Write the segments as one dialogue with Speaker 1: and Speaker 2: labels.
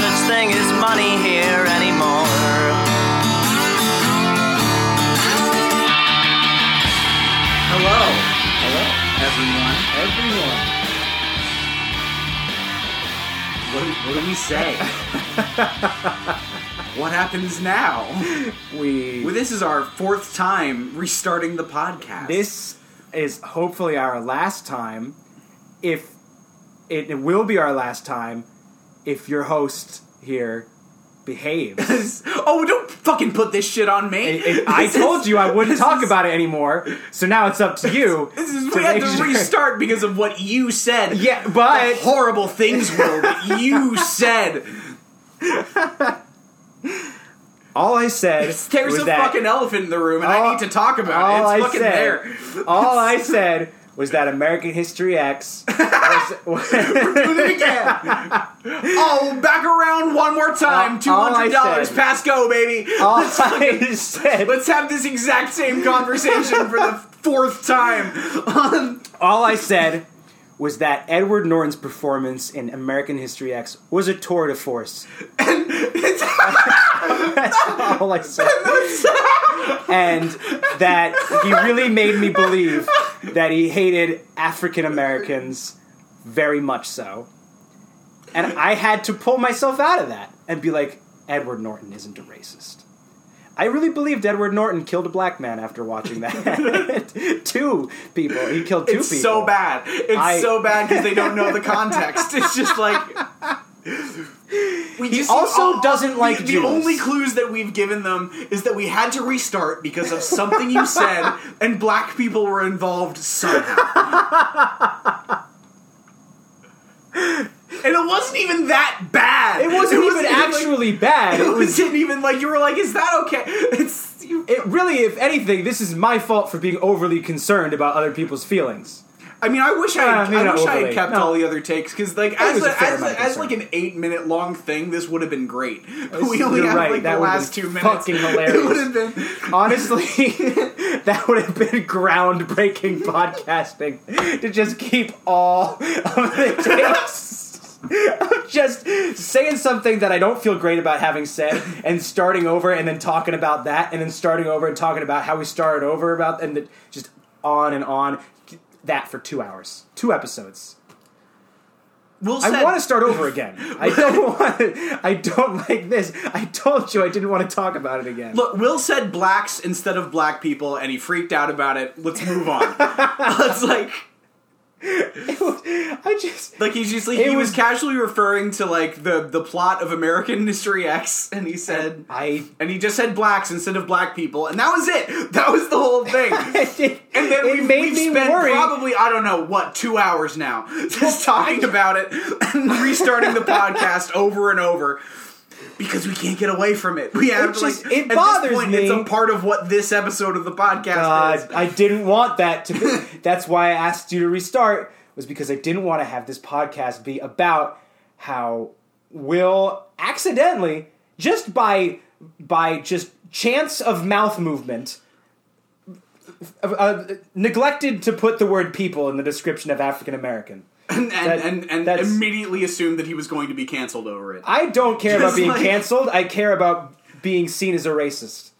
Speaker 1: his money here anymore.
Speaker 2: Hello. Hello, everyone.
Speaker 3: Everyone.
Speaker 2: What do, what do we say? what happens now?
Speaker 3: We.
Speaker 2: Well, this is our fourth time restarting the podcast.
Speaker 3: this is hopefully our last time. If it, it will be our last time, if your host here behaves. I-
Speaker 2: oh, don't fucking put this shit on me.
Speaker 3: I I
Speaker 2: This is-
Speaker 3: told you I wouldn't
Speaker 2: this
Speaker 3: talk
Speaker 2: is-
Speaker 3: about it anymore, so now it's up to you.
Speaker 2: This is, we had
Speaker 3: make
Speaker 2: to
Speaker 3: sure-
Speaker 2: restart because of what you said.
Speaker 3: Yeah, but-
Speaker 2: The horrible things were that you said.
Speaker 3: All I said
Speaker 2: There's
Speaker 3: was
Speaker 2: a
Speaker 3: that
Speaker 2: fucking elephant in the room, and
Speaker 3: All-
Speaker 2: I need to talk about it. It's
Speaker 3: all I
Speaker 2: fucking
Speaker 3: said-
Speaker 2: there.
Speaker 3: all I said was that American History X was,
Speaker 2: Do it again. oh, back around one more time. Two
Speaker 3: All- all I
Speaker 2: hundred dollars.
Speaker 3: said-
Speaker 2: Pass go, baby.
Speaker 3: all I said
Speaker 2: Let's have this exact same conversation for the fourth time. Um,
Speaker 3: All I said was that Edward Norton's performance in American History X was a tour de force. That's all I said. and that he really made me believe that he hated African Americans very much so. And I had to pull myself out of that and be like, Edward Norton isn't a racist. I really believed Edward Norton killed a black man after watching that. two people. He killed two
Speaker 2: It's
Speaker 3: people.
Speaker 2: so bad. It's
Speaker 3: I-
Speaker 2: so bad because they don't know the context. It's just like. We just
Speaker 3: also doesn't like
Speaker 2: the, the
Speaker 3: Jews.
Speaker 2: only clues that we've given them is that we had to restart because of something you said, and black people were involved somehow. and it wasn't even that bad.
Speaker 3: It wasn't even
Speaker 2: like-
Speaker 3: actually bad. It
Speaker 2: it
Speaker 3: was.
Speaker 2: wasn't even like you were like, is that okay? It's you,
Speaker 3: It really, if anything, this is my fault for being overly concerned about other people's feelings.
Speaker 2: I mean, I wish I, had-
Speaker 3: Uh, maybe
Speaker 2: I
Speaker 3: not
Speaker 2: wish I had
Speaker 3: overly.
Speaker 2: kept
Speaker 3: No.
Speaker 2: all the other takes because, like, as
Speaker 3: was a
Speaker 2: a,
Speaker 3: fair
Speaker 2: as,
Speaker 3: amount of
Speaker 2: a, as
Speaker 3: concern.
Speaker 2: like an eight minute long thing, this would have been great. But
Speaker 3: This-
Speaker 2: we only
Speaker 3: you're
Speaker 2: had
Speaker 3: right,
Speaker 2: like
Speaker 3: that
Speaker 2: the
Speaker 3: would have
Speaker 2: last
Speaker 3: been
Speaker 2: two minutes.
Speaker 3: fucking hilarious.
Speaker 2: It would have been.
Speaker 3: Honestly, that would have been groundbreaking podcasting to just keep all of the takes. of Just saying something that I don't feel great about having said, and starting over, and then talking about that, and then starting over and talking about how we started over about, and the, just on and on. That for two hours, two episodes.
Speaker 2: Will said,
Speaker 3: I want to start over again. I don't want. to I don't like this. I told you I didn't want to talk about it again.
Speaker 2: Look, Will said blacks instead of black people, and he freaked out about it. Let's move on. It's like,
Speaker 3: I just
Speaker 2: like he's just like
Speaker 3: It
Speaker 2: he was,
Speaker 3: was-
Speaker 2: casually referring to like the the plot of American History X, and he said,
Speaker 3: I.
Speaker 2: and he just said blacks instead of black people, and that was it. That was the whole thing. And then
Speaker 3: it
Speaker 2: we've,
Speaker 3: made
Speaker 2: we've
Speaker 3: me
Speaker 2: spent
Speaker 3: worry.
Speaker 2: probably, I don't know, what, two hours now just talking about it and restarting the podcast over and over because we can't get away from it. We have
Speaker 3: It
Speaker 2: to,
Speaker 3: just-
Speaker 2: like,
Speaker 3: it
Speaker 2: at this
Speaker 3: bothers
Speaker 2: point,
Speaker 3: me.
Speaker 2: It's a part of what this episode of the podcast
Speaker 3: God,
Speaker 2: is.
Speaker 3: Uh, I didn't want that to. be... That's why I asked you to restart. Was because I didn't want to have this podcast be about how Will accidentally, just by by just chance of mouth movement, uh, uh, neglected to put the word "people" in the description of African American.
Speaker 2: And,
Speaker 3: that-
Speaker 2: and, and, and
Speaker 3: that's-
Speaker 2: immediately assumed that he was going to be canceled over it.
Speaker 3: I don't care about
Speaker 2: Just
Speaker 3: being
Speaker 2: like-
Speaker 3: canceled. I care about being seen as a racist.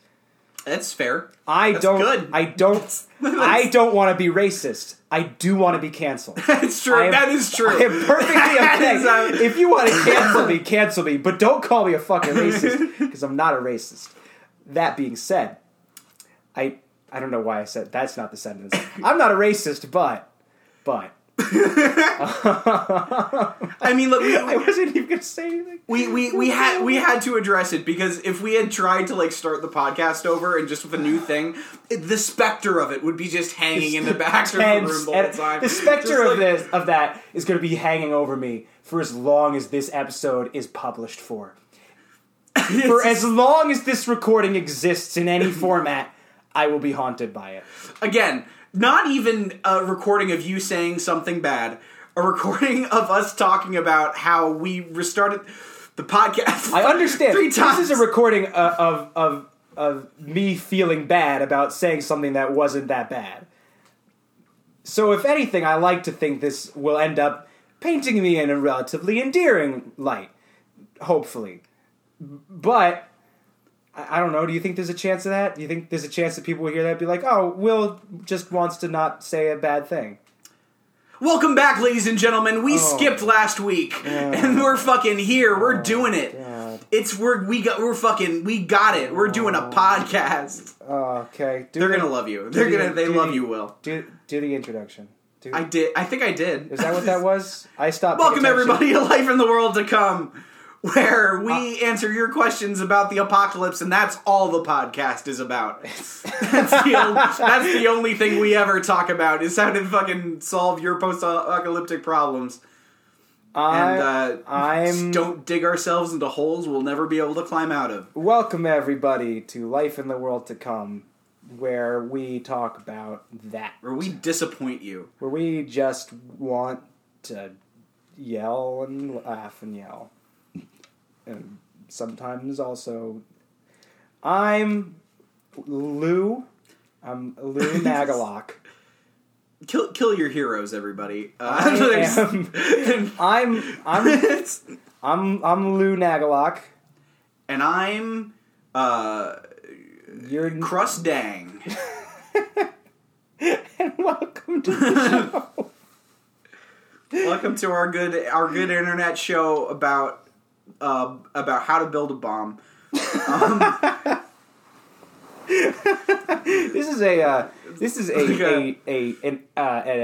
Speaker 2: That's fair.
Speaker 3: I
Speaker 2: That's
Speaker 3: don't.
Speaker 2: good.
Speaker 3: I don't. I don't want to be racist. I do want to be canceled.
Speaker 2: That's true.
Speaker 3: I am-
Speaker 2: that is true.
Speaker 3: I am perfectly
Speaker 2: That is, um,
Speaker 3: okay. If you want to cancel me, cancel me, but don't call me a fucking racist because I'm not a racist. That being said, I I don't know why I said that's not the sentence. I'm not a racist, but but
Speaker 2: I mean, look, we,
Speaker 3: I wasn't even gonna say anything.
Speaker 2: we we we had we had to address it because if we had tried to like start the podcast over and just with a new thing, it, the specter of it would be just hanging in the back of the room
Speaker 3: Tense
Speaker 2: the whole
Speaker 3: and-
Speaker 2: time.
Speaker 3: the specter
Speaker 2: Just
Speaker 3: of
Speaker 2: like-
Speaker 3: this of that is going to be hanging over me for as long as this episode is published for. for as long as this recording exists in any format, I will be haunted by it.
Speaker 2: again, not even a recording of you saying something bad, a recording of us talking about how we restarted the podcast.
Speaker 3: I understand.
Speaker 2: three times.
Speaker 3: This is a recording of, of of of me feeling bad about saying something that wasn't that bad. So, if anything, I like to think this will end up painting me in a relatively endearing light. Hopefully, But I I don't know. Do you think there's a chance of that? Do you think there's a chance that people will hear that and be like, "Oh, Will just wants to not say a bad thing"?
Speaker 2: Welcome back, ladies and gentlemen.
Speaker 3: Oh.
Speaker 2: We skipped last week, and we're fucking here. We're doing it.
Speaker 3: Oh, God.
Speaker 2: It's we're we got we're fucking we got it. We're doing a podcast.
Speaker 3: Oh, okay. Do
Speaker 2: They're
Speaker 3: the-
Speaker 2: gonna love you. They're
Speaker 3: the-
Speaker 2: gonna they
Speaker 3: do
Speaker 2: love
Speaker 3: the-
Speaker 2: you. Will
Speaker 3: do do the introduction. Do,
Speaker 2: I did? I think I did.
Speaker 3: is that what that was? I stopped. paying
Speaker 2: Welcome
Speaker 3: attention.
Speaker 2: everybody to Life in the World to Come, where we
Speaker 3: Uh,
Speaker 2: answer your questions about the apocalypse, and that's all the podcast is about. that's, the only, that's the only thing we ever talk about is how to fucking solve your post-apocalyptic problems.
Speaker 3: I,
Speaker 2: And uh,
Speaker 3: I'm
Speaker 2: don't dig ourselves into holes we'll never be able to climb out of.
Speaker 3: Welcome everybody to Life in the World to Come, where we talk about that.
Speaker 2: Or we disappoint you.
Speaker 3: Where we just want to yell and laugh and yell. And sometimes also I'm Lou. I'm Lou Nagalok.
Speaker 2: Kill, kill your heroes, everybody. Uh,
Speaker 3: I
Speaker 2: there's-
Speaker 3: I'm I'm
Speaker 2: it's-
Speaker 3: I'm I'm Lou Nagalok.
Speaker 2: and I'm uh,
Speaker 3: You're
Speaker 2: Crust Dang.
Speaker 3: and welcome to the show.
Speaker 2: Welcome to our good our good internet show about uh, about how to build a bomb.
Speaker 3: This is a uh, this is
Speaker 2: Like
Speaker 3: a a a, an, uh, a,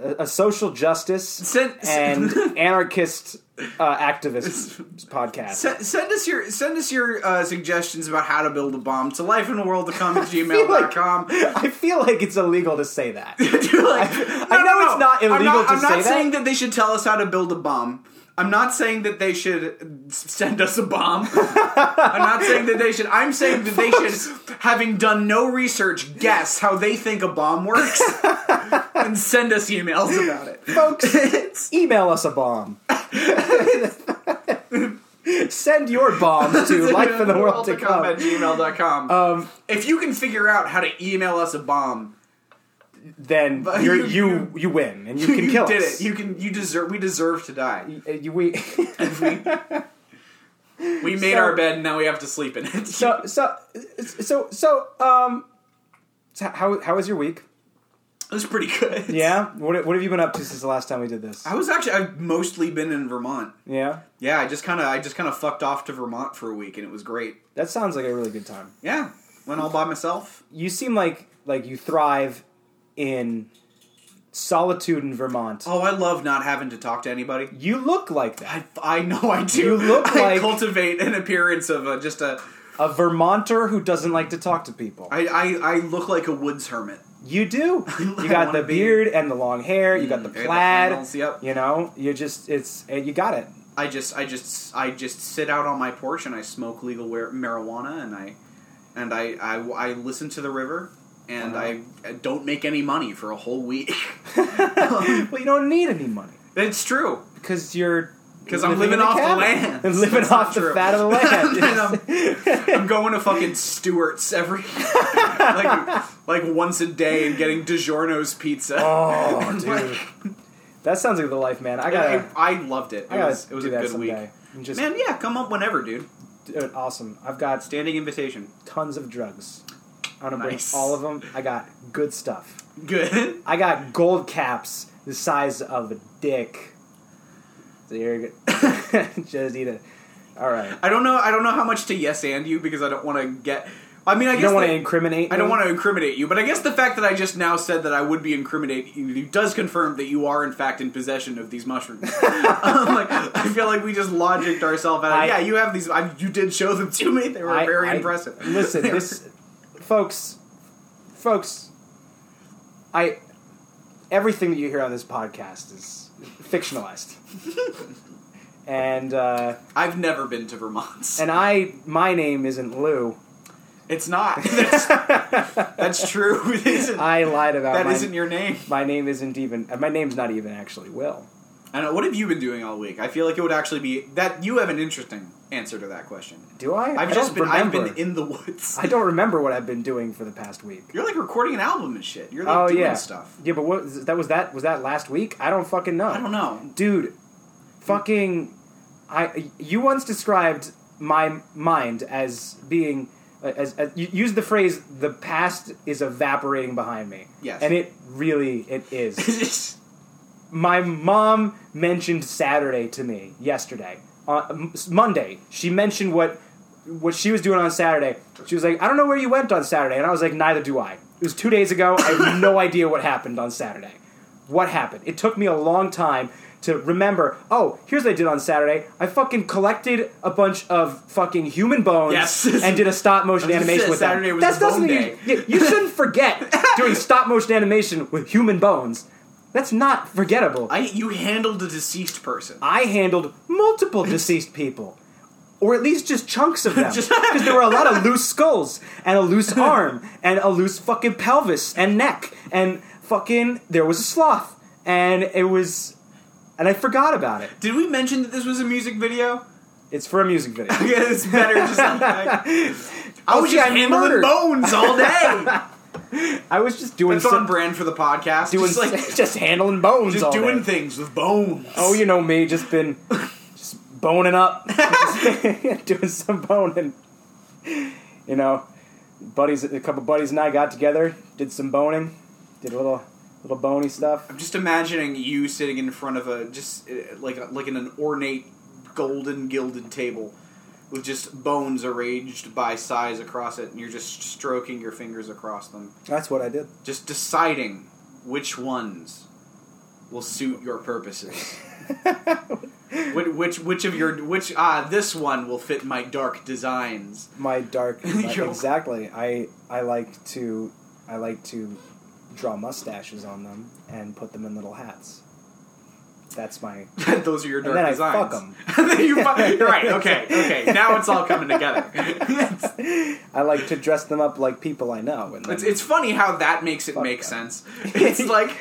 Speaker 3: a, a social justice
Speaker 2: Send,
Speaker 3: and
Speaker 2: send,
Speaker 3: anarchist uh, activist podcast.
Speaker 2: send, us your send us your uh, suggestions about how to build a bomb to life in the world to come at gmail.com.
Speaker 3: I feel like it's illegal to say that.
Speaker 2: Dude, like,
Speaker 3: I know it's not
Speaker 2: I'm
Speaker 3: illegal
Speaker 2: not,
Speaker 3: to
Speaker 2: I'm not
Speaker 3: say that.
Speaker 2: saying that they should tell us how to build a bomb. I'm not saying that they should s- send us a bomb. I'm not saying that they should. I'm saying that they should, having done no research, guess how they think a bomb works and send us emails about it.
Speaker 3: Folks,
Speaker 2: It's-
Speaker 3: email us a bomb. Send your bombs to life in the world to
Speaker 2: at
Speaker 3: come.
Speaker 2: gmail.com.
Speaker 3: Um,
Speaker 2: if you can figure out how to email us a bomb,
Speaker 3: then
Speaker 2: But
Speaker 3: you're,
Speaker 2: you-
Speaker 3: you you win and you can kill
Speaker 2: did
Speaker 3: us.
Speaker 2: it. You can. You deserve. We deserve to die.
Speaker 3: Uh, you- we
Speaker 2: We made
Speaker 3: So-
Speaker 2: our bed, and now we have to sleep in it.
Speaker 3: so so so so um. So how how was your week?
Speaker 2: it was pretty good.
Speaker 3: Yeah. What What have you been up to since the last time we did this?
Speaker 2: I was actually I've mostly been in Vermont.
Speaker 3: Yeah.
Speaker 2: Yeah, I just kind of I just kind of fucked off to Vermont for a week and it was great.
Speaker 3: That sounds like a really good time.
Speaker 2: Yeah, went all by myself.
Speaker 3: You seem like like you thrive in solitude in Vermont.
Speaker 2: Oh, I love not having to talk to anybody.
Speaker 3: You look like that.
Speaker 2: I, I know I do.
Speaker 3: You look
Speaker 2: I
Speaker 3: like-
Speaker 2: cultivate an appearance of a, just a
Speaker 3: A Vermonter who doesn't like to talk to people.
Speaker 2: I, I I look like a woods hermit.
Speaker 3: You do.
Speaker 2: I
Speaker 3: You got
Speaker 2: wanna
Speaker 3: the
Speaker 2: be.
Speaker 3: beard and the long hair. You got the
Speaker 2: Mm, I got the
Speaker 3: plaid.
Speaker 2: flannels, yep.
Speaker 3: You know, you just it's eh, you got it.
Speaker 2: I just I just I just sit out on my porch and I smoke legal wa- marijuana and I and I I, I listen to the river and I, I don't make any money for a whole week.
Speaker 3: Well, you don't need any money
Speaker 2: it's true.
Speaker 3: because you're
Speaker 2: 'Cause I'm
Speaker 3: in
Speaker 2: living
Speaker 3: a
Speaker 2: off the
Speaker 3: cabin.
Speaker 2: land.
Speaker 3: and living
Speaker 2: That's
Speaker 3: off
Speaker 2: not
Speaker 3: the
Speaker 2: true.
Speaker 3: fat of the land.
Speaker 2: And I'm, I'm going to fucking Stewart's every like like once a day and getting DiGiorno's pizza.
Speaker 3: Oh,
Speaker 2: And,
Speaker 3: dude.
Speaker 2: like,
Speaker 3: that sounds like the life, man. I gotta.
Speaker 2: I, I loved it. It
Speaker 3: I gotta
Speaker 2: was, it was
Speaker 3: do
Speaker 2: a
Speaker 3: that
Speaker 2: good week.
Speaker 3: someday. I'm just
Speaker 2: Man, yeah, come up whenever, dude.
Speaker 3: dude, awesome. I've got
Speaker 2: Standing invitation.
Speaker 3: tons of drugs. I'm gonna
Speaker 2: Nice.
Speaker 3: bring all of them. I got good stuff.
Speaker 2: Good.
Speaker 3: I got gold caps the size of a dick. So you're good. just eat it. All right.
Speaker 2: I don't know. I don't know how much to yes and you because I don't want to get. I mean, I
Speaker 3: You
Speaker 2: guess
Speaker 3: don't want to
Speaker 2: the-
Speaker 3: incriminate.
Speaker 2: I don't
Speaker 3: me?
Speaker 2: want to incriminate you, but I guess the fact that I just now said that I would be incriminating you does confirm that you are in fact in possession of these mushrooms. Um, like, I feel like we just logicked ourselves out.
Speaker 3: I-
Speaker 2: yeah, you have these. I, you did show them to me. They were
Speaker 3: I-
Speaker 2: very
Speaker 3: I-
Speaker 2: impressive.
Speaker 3: Listen,
Speaker 2: They were-
Speaker 3: this, folks, folks. I, everything that you hear on this podcast is fictionalized, and uh,
Speaker 2: I've never been to Vermont.
Speaker 3: and I, my name isn't Lou.
Speaker 2: it's not. That's, that's true. It isn't.
Speaker 3: I lied about
Speaker 2: that
Speaker 3: my,
Speaker 2: isn't your name.
Speaker 3: my name isn't even uh, my name's not even actually Will.
Speaker 2: I know. What have you been doing all week? I feel like it would actually be that you have an interesting answer to that question.
Speaker 3: Do I?
Speaker 2: I've
Speaker 3: I
Speaker 2: just
Speaker 3: don't
Speaker 2: been.
Speaker 3: remember.
Speaker 2: I've been in the woods.
Speaker 3: I don't remember what I've been doing for the past week.
Speaker 2: You're like recording an album and shit. You're like
Speaker 3: oh
Speaker 2: doing
Speaker 3: yeah,
Speaker 2: stuff.
Speaker 3: Yeah, but what that was that was that last week? I don't fucking know.
Speaker 2: I don't know.
Speaker 3: dude. Fucking, I you once described my mind as being uh, as, as you use the phrase the past is evaporating behind me.
Speaker 2: Yes.
Speaker 3: And it really it is. my mom mentioned Saturday to me yesterday. On m- Monday, she mentioned what what she was doing on Saturday. She was like, "I don't know where you went on Saturday," and I was like, "Neither do I." It was two days ago. I have no idea what happened on Saturday. What happened? It took me a long time to remember. Oh, here's what I did on Saturday. I fucking collected a bunch of fucking human bones
Speaker 2: Yes.
Speaker 3: and did a stop motion
Speaker 2: gonna
Speaker 3: animation
Speaker 2: say,
Speaker 3: with them.
Speaker 2: Saturday was
Speaker 3: That's
Speaker 2: the bone
Speaker 3: not something
Speaker 2: day.
Speaker 3: You, yeah, you shouldn't forget doing stop motion animation with human bones. That's not forgettable.
Speaker 2: I you handled a deceased person.
Speaker 3: I handled multiple deceased people, or at least just chunks of them, because there were a lot of loose skulls and a loose arm and a loose fucking pelvis and neck and fucking there was a sloth and it was, and I forgot about it.
Speaker 2: Did we mention that this was a music video?
Speaker 3: It's for a music video.
Speaker 2: Yeah, it's better just like I was
Speaker 3: gee,
Speaker 2: just
Speaker 3: Oh, I
Speaker 2: handling
Speaker 3: murdered.
Speaker 2: bones all day.
Speaker 3: I was just doing
Speaker 2: It's on
Speaker 3: some,
Speaker 2: brand for the podcast.
Speaker 3: doing
Speaker 2: just like
Speaker 3: just handling bones,
Speaker 2: just
Speaker 3: all day.
Speaker 2: doing things with bones.
Speaker 3: Oh, you know me, just been just boning up, Just doing some boning. You know, buddies, a couple buddies and I got together, did some boning, did a little little bony stuff.
Speaker 2: I'm just imagining you sitting in front of a just uh, like a, like in an ornate golden gilded table with just bones arranged by size across it, and you're just stroking your fingers across them,
Speaker 3: That's what I did.
Speaker 2: just deciding which ones will suit your purposes. which, which which of your which ah this one will fit my dark designs.
Speaker 3: My dark, my-
Speaker 2: Yo.
Speaker 3: exactly. I I like to I like to draw mustaches on them and put them in little hats. That's my
Speaker 2: Those are your dark
Speaker 3: then I
Speaker 2: designs.
Speaker 3: fuck 'em.
Speaker 2: you fuck- you're right. Okay. Okay. Now it's all coming together. It's-
Speaker 3: I like to dress them up like people I know. And then
Speaker 2: It's, it's funny how that makes it make
Speaker 3: that.
Speaker 2: sense. It's like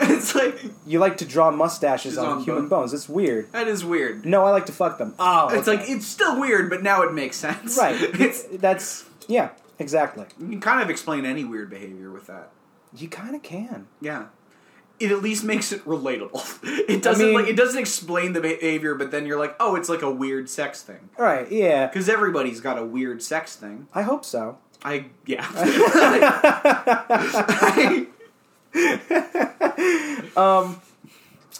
Speaker 2: it's like
Speaker 3: you like to draw mustaches
Speaker 2: Just
Speaker 3: on,
Speaker 2: on
Speaker 3: human
Speaker 2: bone.
Speaker 3: bones. It's weird.
Speaker 2: that is weird.
Speaker 3: No, I like to fuck them. Oh,
Speaker 2: It's like it's still weird, but now it makes sense.
Speaker 3: right.
Speaker 2: It's
Speaker 3: That's yeah, exactly.
Speaker 2: you can kind of explain any weird behavior with that.
Speaker 3: You kind of can.
Speaker 2: Yeah. It at least makes it relatable. It doesn't
Speaker 3: mean-
Speaker 2: like it doesn't explain the behavior, but then you're like, oh, it's like a weird sex thing.
Speaker 3: All right, yeah.
Speaker 2: Because everybody's got a weird sex thing.
Speaker 3: I hope so.
Speaker 2: I yeah.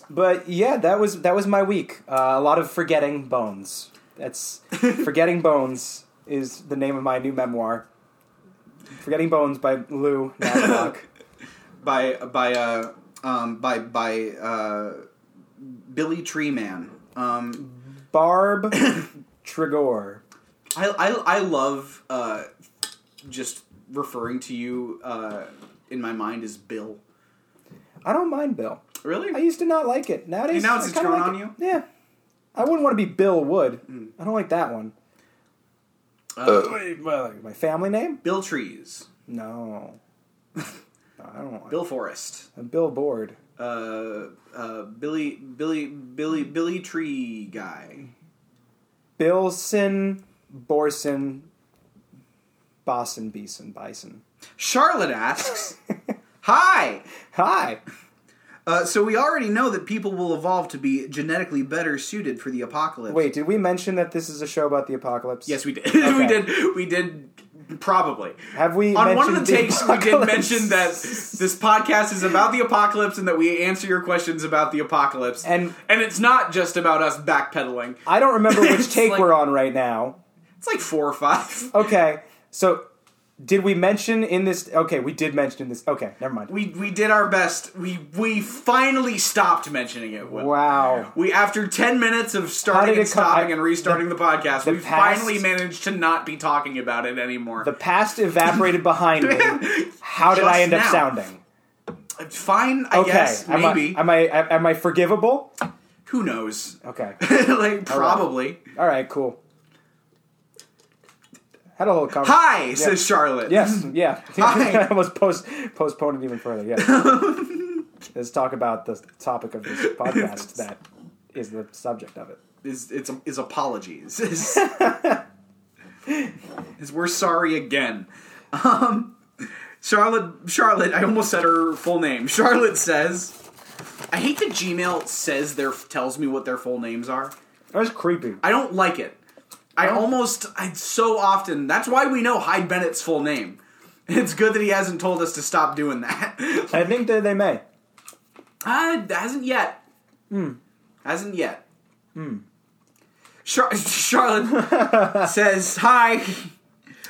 Speaker 3: But yeah, that was that was my week. Uh, a lot of forgetting bones. That's forgetting bones is the name of my new memoir. Forgetting Bones by Lou Nabok.
Speaker 2: by by uh um by by uh Billy Tree Man. Um
Speaker 3: Barb Trigor.
Speaker 2: I, I, I love uh, just referring to you uh, in my mind as Bill.
Speaker 3: I don't mind Bill. I
Speaker 2: Really?
Speaker 3: used to not like it. Nowadays,
Speaker 2: now
Speaker 3: I
Speaker 2: it's
Speaker 3: kinda
Speaker 2: grown
Speaker 3: like
Speaker 2: on
Speaker 3: it.
Speaker 2: you? Mm.
Speaker 3: Yeah, I wouldn't want to be Bill Wood. I don't like that one.
Speaker 2: Uh,
Speaker 3: My family name?
Speaker 2: Bill Trees.
Speaker 3: No. No, I don't want
Speaker 2: Bill Forrest.
Speaker 3: a billboard.
Speaker 2: Uh, uh, Billy Billy Billy Billy Tree guy.
Speaker 3: Billson, Borson, Boston, Beeson, Bison.
Speaker 2: Charlotte asks. Hi.
Speaker 3: Hi.
Speaker 2: Uh, so we already know that people will evolve to be genetically better suited for the apocalypse.
Speaker 3: Wait, did we mention that this is a show about the apocalypse?
Speaker 2: Yes, we did.
Speaker 3: Okay.
Speaker 2: we did. We did. Probably.
Speaker 3: Have we
Speaker 2: on one of
Speaker 3: mentioned
Speaker 2: the
Speaker 3: the
Speaker 2: takes we did
Speaker 3: apocalypse?
Speaker 2: mention that this podcast is about the apocalypse and that we answer your questions about the apocalypse
Speaker 3: And-
Speaker 2: and it's not just about us backpedaling
Speaker 3: I don't remember which
Speaker 2: It's
Speaker 3: take
Speaker 2: like-
Speaker 3: we're on right now.
Speaker 2: it's like four or five
Speaker 3: Okay, so did we mention in this? Okay, we did mention in this. Okay, never mind.
Speaker 2: we we did our best we we finally stopped mentioning it Will.
Speaker 3: wow.
Speaker 2: we after 10 minutes of
Speaker 3: How did
Speaker 2: starting
Speaker 3: it
Speaker 2: and
Speaker 3: come-
Speaker 2: stopping
Speaker 3: I-
Speaker 2: and restarting the, podcast we
Speaker 3: past-
Speaker 2: finally managed to not be talking about it anymore
Speaker 3: The past evaporated behind me. How did I
Speaker 2: Just
Speaker 3: end up
Speaker 2: now.
Speaker 3: sounding?
Speaker 2: fine i
Speaker 3: Okay,
Speaker 2: guess
Speaker 3: am, I,
Speaker 2: maybe
Speaker 3: am I am I forgivable?
Speaker 2: who knows
Speaker 3: Okay.
Speaker 2: like probably
Speaker 3: All right, cool. Had a whole conversation.
Speaker 2: hi says charlotte
Speaker 3: Yes, yeah.
Speaker 2: Hi.
Speaker 3: I almost post, postponed it even further. Yes. Let's talk about the topic of this podcast that is the subject of it.
Speaker 2: is it's is apologies. Is, is we're sorry again. Um, Charlotte, Charlotte, I almost said her full name. Charlotte says, "I hate that Gmail says their tells me what their full names are.
Speaker 3: That was creepy.
Speaker 2: I don't like it. I almost, I so often. That's why we know Hyde Bennett's full name. It's good that he hasn't told us to stop doing that.
Speaker 3: I think that they may.
Speaker 2: Uh, hasn't yet. Hmm. Hasn't yet. Hmm. Char- Charlotte says, Hi.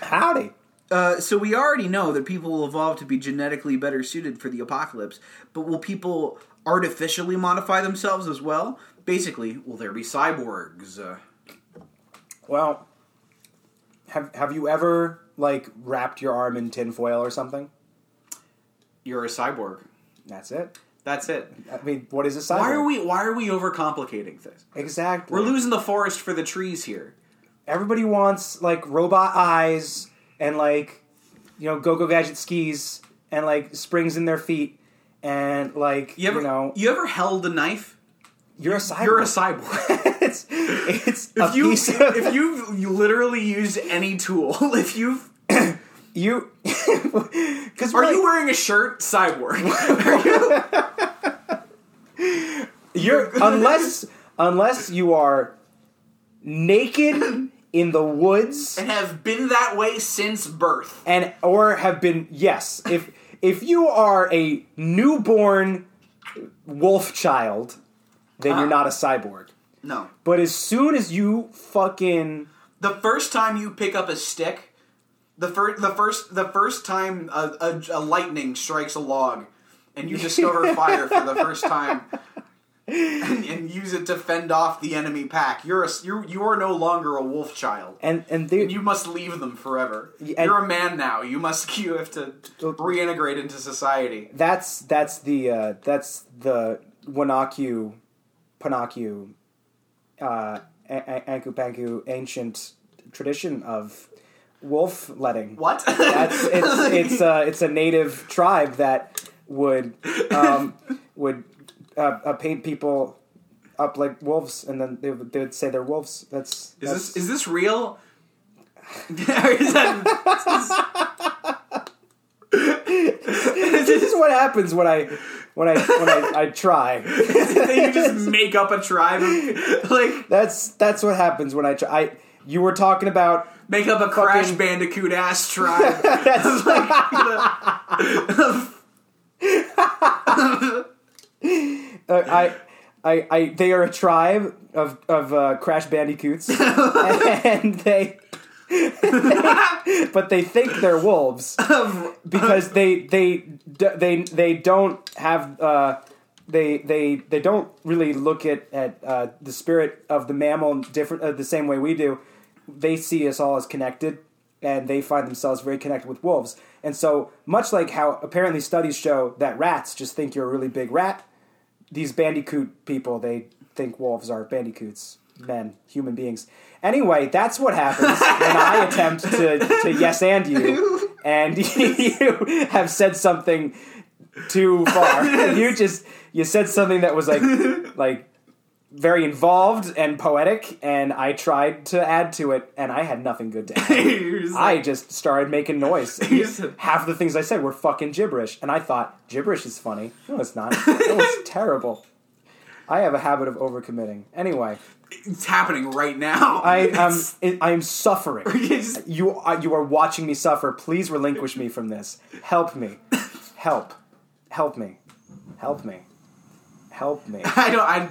Speaker 3: Howdy.
Speaker 2: Uh, so we already know that people will evolve to be genetically better suited for the apocalypse, but will people artificially modify themselves as well? Basically, will there be cyborgs? Uh,
Speaker 3: Well, have have you ever like wrapped your arm in tinfoil or something?
Speaker 2: you're a cyborg.
Speaker 3: That's it.
Speaker 2: That's it.
Speaker 3: I mean, what is a cyborg?
Speaker 2: Why are we why are we overcomplicating things?
Speaker 3: exactly?
Speaker 2: We're losing the forest for the trees here.
Speaker 3: Everybody wants like robot eyes and like you know go-go gadget skis and like springs in their feet and like
Speaker 2: You
Speaker 3: you,
Speaker 2: ever
Speaker 3: know
Speaker 2: you ever held a knife?
Speaker 3: you're a cyborg.
Speaker 2: You're a cyborg.
Speaker 3: it's it's
Speaker 2: if
Speaker 3: a
Speaker 2: you
Speaker 3: piece of-
Speaker 2: if you've you literally used any tool, if you've
Speaker 3: you because
Speaker 2: are you wearing a shirt? Cyborg.
Speaker 3: You're unless unless you are naked in the woods
Speaker 2: and have been that way since birth.
Speaker 3: and or have been yes, if if you are a newborn wolf child, then you're not a cyborg.
Speaker 2: No.
Speaker 3: But as soon as you fucking
Speaker 2: the first time you pick up a stick, the first the first the first time a, a, a lightning strikes a log, and you discover fire for the first time, and, and use it to fend off the enemy pack. You're a you you are no longer a wolf child.
Speaker 3: and and they,
Speaker 2: You must leave them forever.
Speaker 3: and- Oh.
Speaker 2: You're a man now. You must you have to reintegrate into society.
Speaker 3: that's that's the uh, that's the Wanaku, Panaku, uh, A- A- Anku Panku ancient tradition of wolf letting.
Speaker 2: What?
Speaker 3: That's it's it's a it's a native tribe that would um, would uh, uh, paint people up like wolves, and then they would, they would say they're wolves. That's,
Speaker 2: Is
Speaker 3: that's
Speaker 2: this is this real? Or is that-
Speaker 3: this is what happens when I when I when I, I try.
Speaker 2: you just make up a tribe, of- like
Speaker 3: That's that's what happens when I try. I you were talking about
Speaker 2: Make up a Crash
Speaker 3: Fucking-
Speaker 2: Bandicoot ass tribe.
Speaker 3: that's Uh, I, I, I, they are a tribe of of uh, Crash Bandicoots, and they, but they think they're wolves because they they d- they they don't have uh, they they they don't really look at at uh, the spirit of the mammal different uh, the same way we do. They see us all as connected, and they find themselves very connected with wolves. And so, much like how apparently studies show that rats just think you're a really big rat these bandicoot people they think wolves are bandicoots men human beings anyway that's what happens when i attempt to, to yes and you and you have said something too far you just you said something that was like like very involved and poetic and i tried to add to it and i had nothing good to add
Speaker 2: You're just like,
Speaker 3: I just started making noise. Half the things I said were fucking gibberish, and I thought gibberish is funny. No, it's not. It was terrible. I have a habit of overcommitting. Anyway,
Speaker 2: it's happening right now.
Speaker 3: I um, am
Speaker 2: It's-
Speaker 3: I am suffering.
Speaker 2: it's-
Speaker 3: You are, you are watching me suffer. Please relinquish me from this. Help me. Help. Help me. Help me. Help me.
Speaker 2: I don't. I,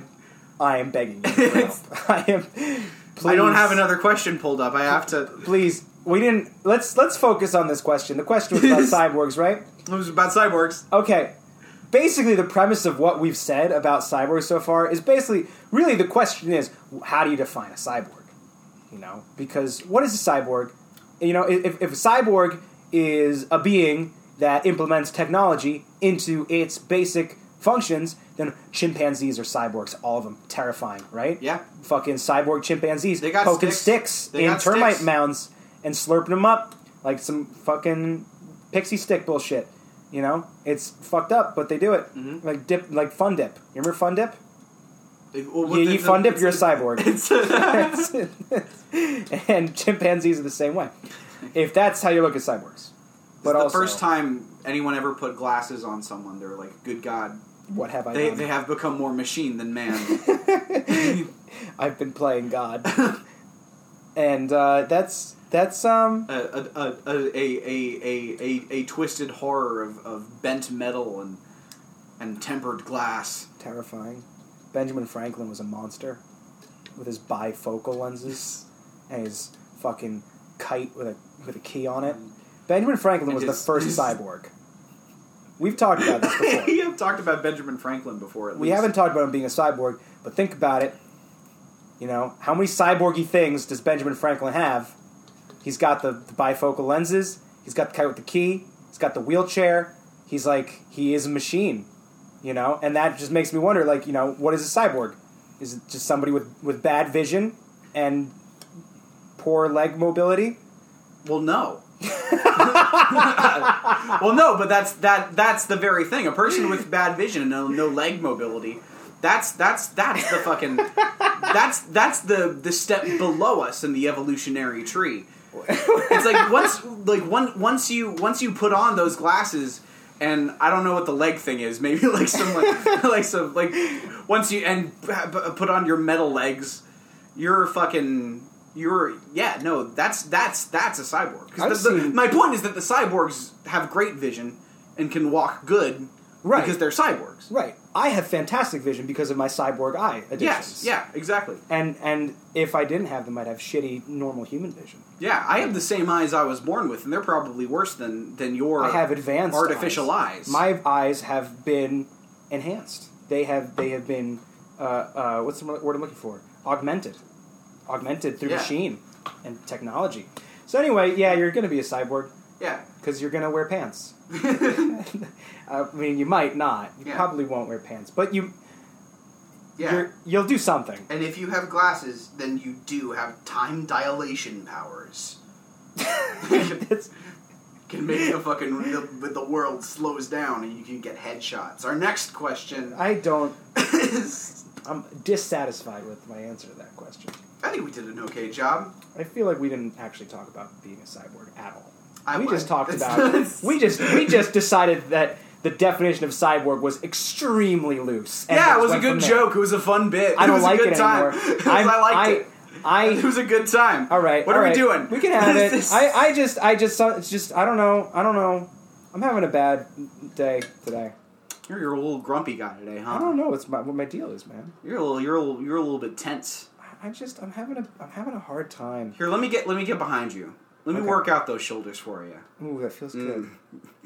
Speaker 3: I am begging you. For help. I am. Please.
Speaker 2: I don't have another question pulled up. I have to.
Speaker 3: Please. We didn't. Let's let's focus on this question. The question was about cyborgs, right?
Speaker 2: It was about cyborgs.
Speaker 3: Okay. Basically, the premise of what we've said about cyborgs so far is basically really the question is how do you define a cyborg? You know, because what is a cyborg? You know, if, if a cyborg is a being that implements technology into its basic functions, then chimpanzees are cyborgs, all of them. Terrifying, right?
Speaker 2: Yeah.
Speaker 3: Fucking cyborg chimpanzees
Speaker 2: They got
Speaker 3: poking
Speaker 2: sticks.
Speaker 3: sticks,
Speaker 2: They
Speaker 3: in
Speaker 2: got
Speaker 3: termite
Speaker 2: sticks.
Speaker 3: mounds and slurping them up like some fucking pixie stick bullshit. You know, it's fucked up, but they do it.
Speaker 2: Mm-hmm.
Speaker 3: Like dip, like fun dip. You remember fun dip?
Speaker 2: You,
Speaker 3: You, you fun dip, you're a cyborg.
Speaker 2: It's, it's-
Speaker 3: and chimpanzees are the same way. If that's how you look at cyborgs, but
Speaker 2: the
Speaker 3: also,
Speaker 2: first time anyone ever put glasses on someone, they're like, "Good God,
Speaker 3: what have I
Speaker 2: they
Speaker 3: done?
Speaker 2: they have become more machine than man."
Speaker 3: I've been playing God. and uh, that's that's um
Speaker 2: a a, a, a, a, a, a twisted horror of, of bent metal and and tempered glass.
Speaker 3: terrifying. Benjamin Franklin was a monster with his bifocal lenses and his fucking kite with a with a key on it. Benjamin Franklin
Speaker 2: And
Speaker 3: was
Speaker 2: his-
Speaker 3: the first cyborg. We've talked about this before.
Speaker 2: we have talked about Benjamin Franklin before. At
Speaker 3: We
Speaker 2: least.
Speaker 3: haven't talked about him being a cyborg, but think about it. You know, how many cyborgy things does Benjamin Franklin have? He's got the, the bifocal lenses, he's got the guy with the key, he's got the wheelchair. He's like, he is a machine, you know? And that just makes me wonder, like, you know, what is a cyborg? Is it just somebody with, with bad vision and poor leg mobility?
Speaker 2: Well, no. well, no, but that's that. That's the very thing. A person with bad vision and no, no leg mobility. That's that's that's the fucking. that's that's the the step below us in the evolutionary tree. It's like once like one once you once you put on those glasses. And I don't know what the leg thing is. Maybe like some like, like some like once you and p- p- put on your metal legs, you're fucking you're yeah no that's that's that's a cyborg 'Cause
Speaker 3: I've
Speaker 2: the- the-
Speaker 3: seen-
Speaker 2: my point is that the cyborgs have great vision and can walk good
Speaker 3: Right.
Speaker 2: because they're cyborgs
Speaker 3: Right. I have fantastic vision because of my cyborg eye additions.
Speaker 2: yes yeah exactly
Speaker 3: And and if I didn't have them, I'd have shitty normal human vision.
Speaker 2: yeah i have the same eyes i was born with and they're probably worse than than your
Speaker 3: I have advanced
Speaker 2: artificial eyes,
Speaker 3: My eyes have been enhanced. They have they have been uh, uh, what's the word I'm looking for? Augmented, augmented through
Speaker 2: Yeah.
Speaker 3: machine and technology. So anyway, yeah, you're going to be a cyborg
Speaker 2: yeah
Speaker 3: because you're going to wear pants. I mean, you might not. You
Speaker 4: Yeah.
Speaker 3: probably won't wear pants, but you
Speaker 4: Yeah.
Speaker 3: you're, you'll do something.
Speaker 4: and if you have glasses, then you do have time dilation powers.
Speaker 3: That's-
Speaker 4: Can make the fucking the, the world slows down, and you can get headshots. Our next question
Speaker 3: I don't.
Speaker 4: is:
Speaker 3: I'm dissatisfied with my answer to that question.
Speaker 4: I think we did an okay job.
Speaker 3: I feel like we didn't actually talk about being a cyborg at all.
Speaker 4: I
Speaker 3: we
Speaker 4: would.
Speaker 3: just talked
Speaker 4: That's-
Speaker 3: about we just we just decided that the definition of cyborg was extremely loose. and
Speaker 2: yeah it
Speaker 3: just
Speaker 2: was a
Speaker 3: went
Speaker 2: good
Speaker 3: from there.
Speaker 2: joke it was a fun bit
Speaker 3: I
Speaker 2: it
Speaker 3: don't
Speaker 2: was
Speaker 3: like
Speaker 2: a good
Speaker 3: it
Speaker 2: time
Speaker 3: anymore.
Speaker 2: I
Speaker 3: I'm-
Speaker 2: liked
Speaker 3: I,
Speaker 2: it
Speaker 3: I,
Speaker 2: it was a good time
Speaker 3: all right.
Speaker 2: what
Speaker 3: all
Speaker 2: are
Speaker 3: right.
Speaker 2: we doing
Speaker 3: We can have it.
Speaker 2: This-
Speaker 3: I, I just I just it's just I don't know I don't know. I'm having a bad day today.
Speaker 2: you're, you're a little grumpy guy today huh
Speaker 3: I don't know what's my, what my deal is, man.
Speaker 2: you're a little you're a little, you're a little bit tense
Speaker 3: I- I just I'm having a I'm having a hard time.
Speaker 2: here let me get let me get behind you let me
Speaker 3: Okay.
Speaker 2: work out those shoulders for you
Speaker 3: Ooh, that feels good.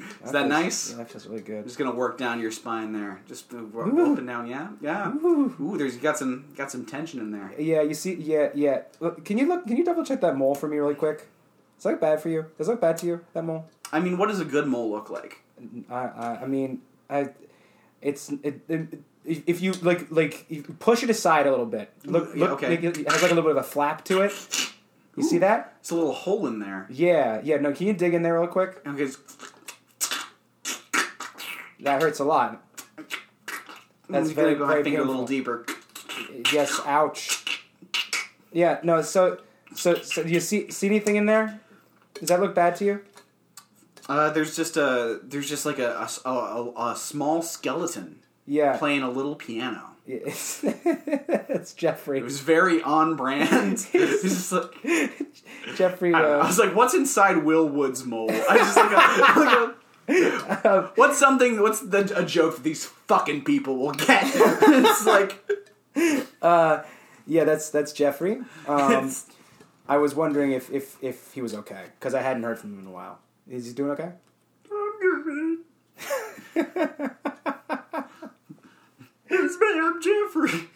Speaker 2: Mm. Is that
Speaker 3: feels-
Speaker 2: nice?
Speaker 3: Yeah, that feels really good.
Speaker 2: I'm just gonna work down your spine there. Just uh, ro-
Speaker 3: Ooh.
Speaker 2: up and down. Yeah, yeah.
Speaker 3: Ooh.
Speaker 2: Ooh, there's you got some got some tension in there.
Speaker 3: Yeah, you see, yeah, yeah. Look, can you look? Can you double check that mole for me really quick? Does that look bad for you? Does that look bad to you? That mole?
Speaker 2: I mean, what does a good mole look like?
Speaker 3: I, I, I mean, I, it's it, it, if you like, like you push it aside a little bit. Look,
Speaker 2: Yeah,
Speaker 3: look,
Speaker 2: okay.
Speaker 3: like, it has like a little bit of a flap to it. You see that?
Speaker 2: It's a little hole in there.
Speaker 3: Yeah, yeah. No, can you dig in there real quick?
Speaker 2: Okay, it's-
Speaker 3: That hurts a lot. That's
Speaker 2: I'm
Speaker 3: very,
Speaker 2: gonna go
Speaker 3: very
Speaker 2: my finger a
Speaker 3: painful.
Speaker 2: little deeper.
Speaker 3: Yes. Ouch. Yeah. No. So, so, so, do you see see anything in there? Does that look bad to you?
Speaker 2: Uh, there's just a there's just like a a s- a- a- a small skeleton
Speaker 3: Yeah.
Speaker 2: playing a little piano.
Speaker 3: It's, it's Jeffrey.
Speaker 2: It was very on brand. It's just like-
Speaker 3: Jeffrey.
Speaker 2: I don't know. I
Speaker 3: Uh,
Speaker 2: was like, what's inside Will Wood's mole? I was just like, a, like a- what's something? What's the, a joke that these fucking people will get? it's like.
Speaker 3: yeah, that's that's Jeffrey. Um, I was wondering if if if he was okay because I hadn't heard from him in a while. Is he doing okay?
Speaker 2: It's me, I'm Jeffrey.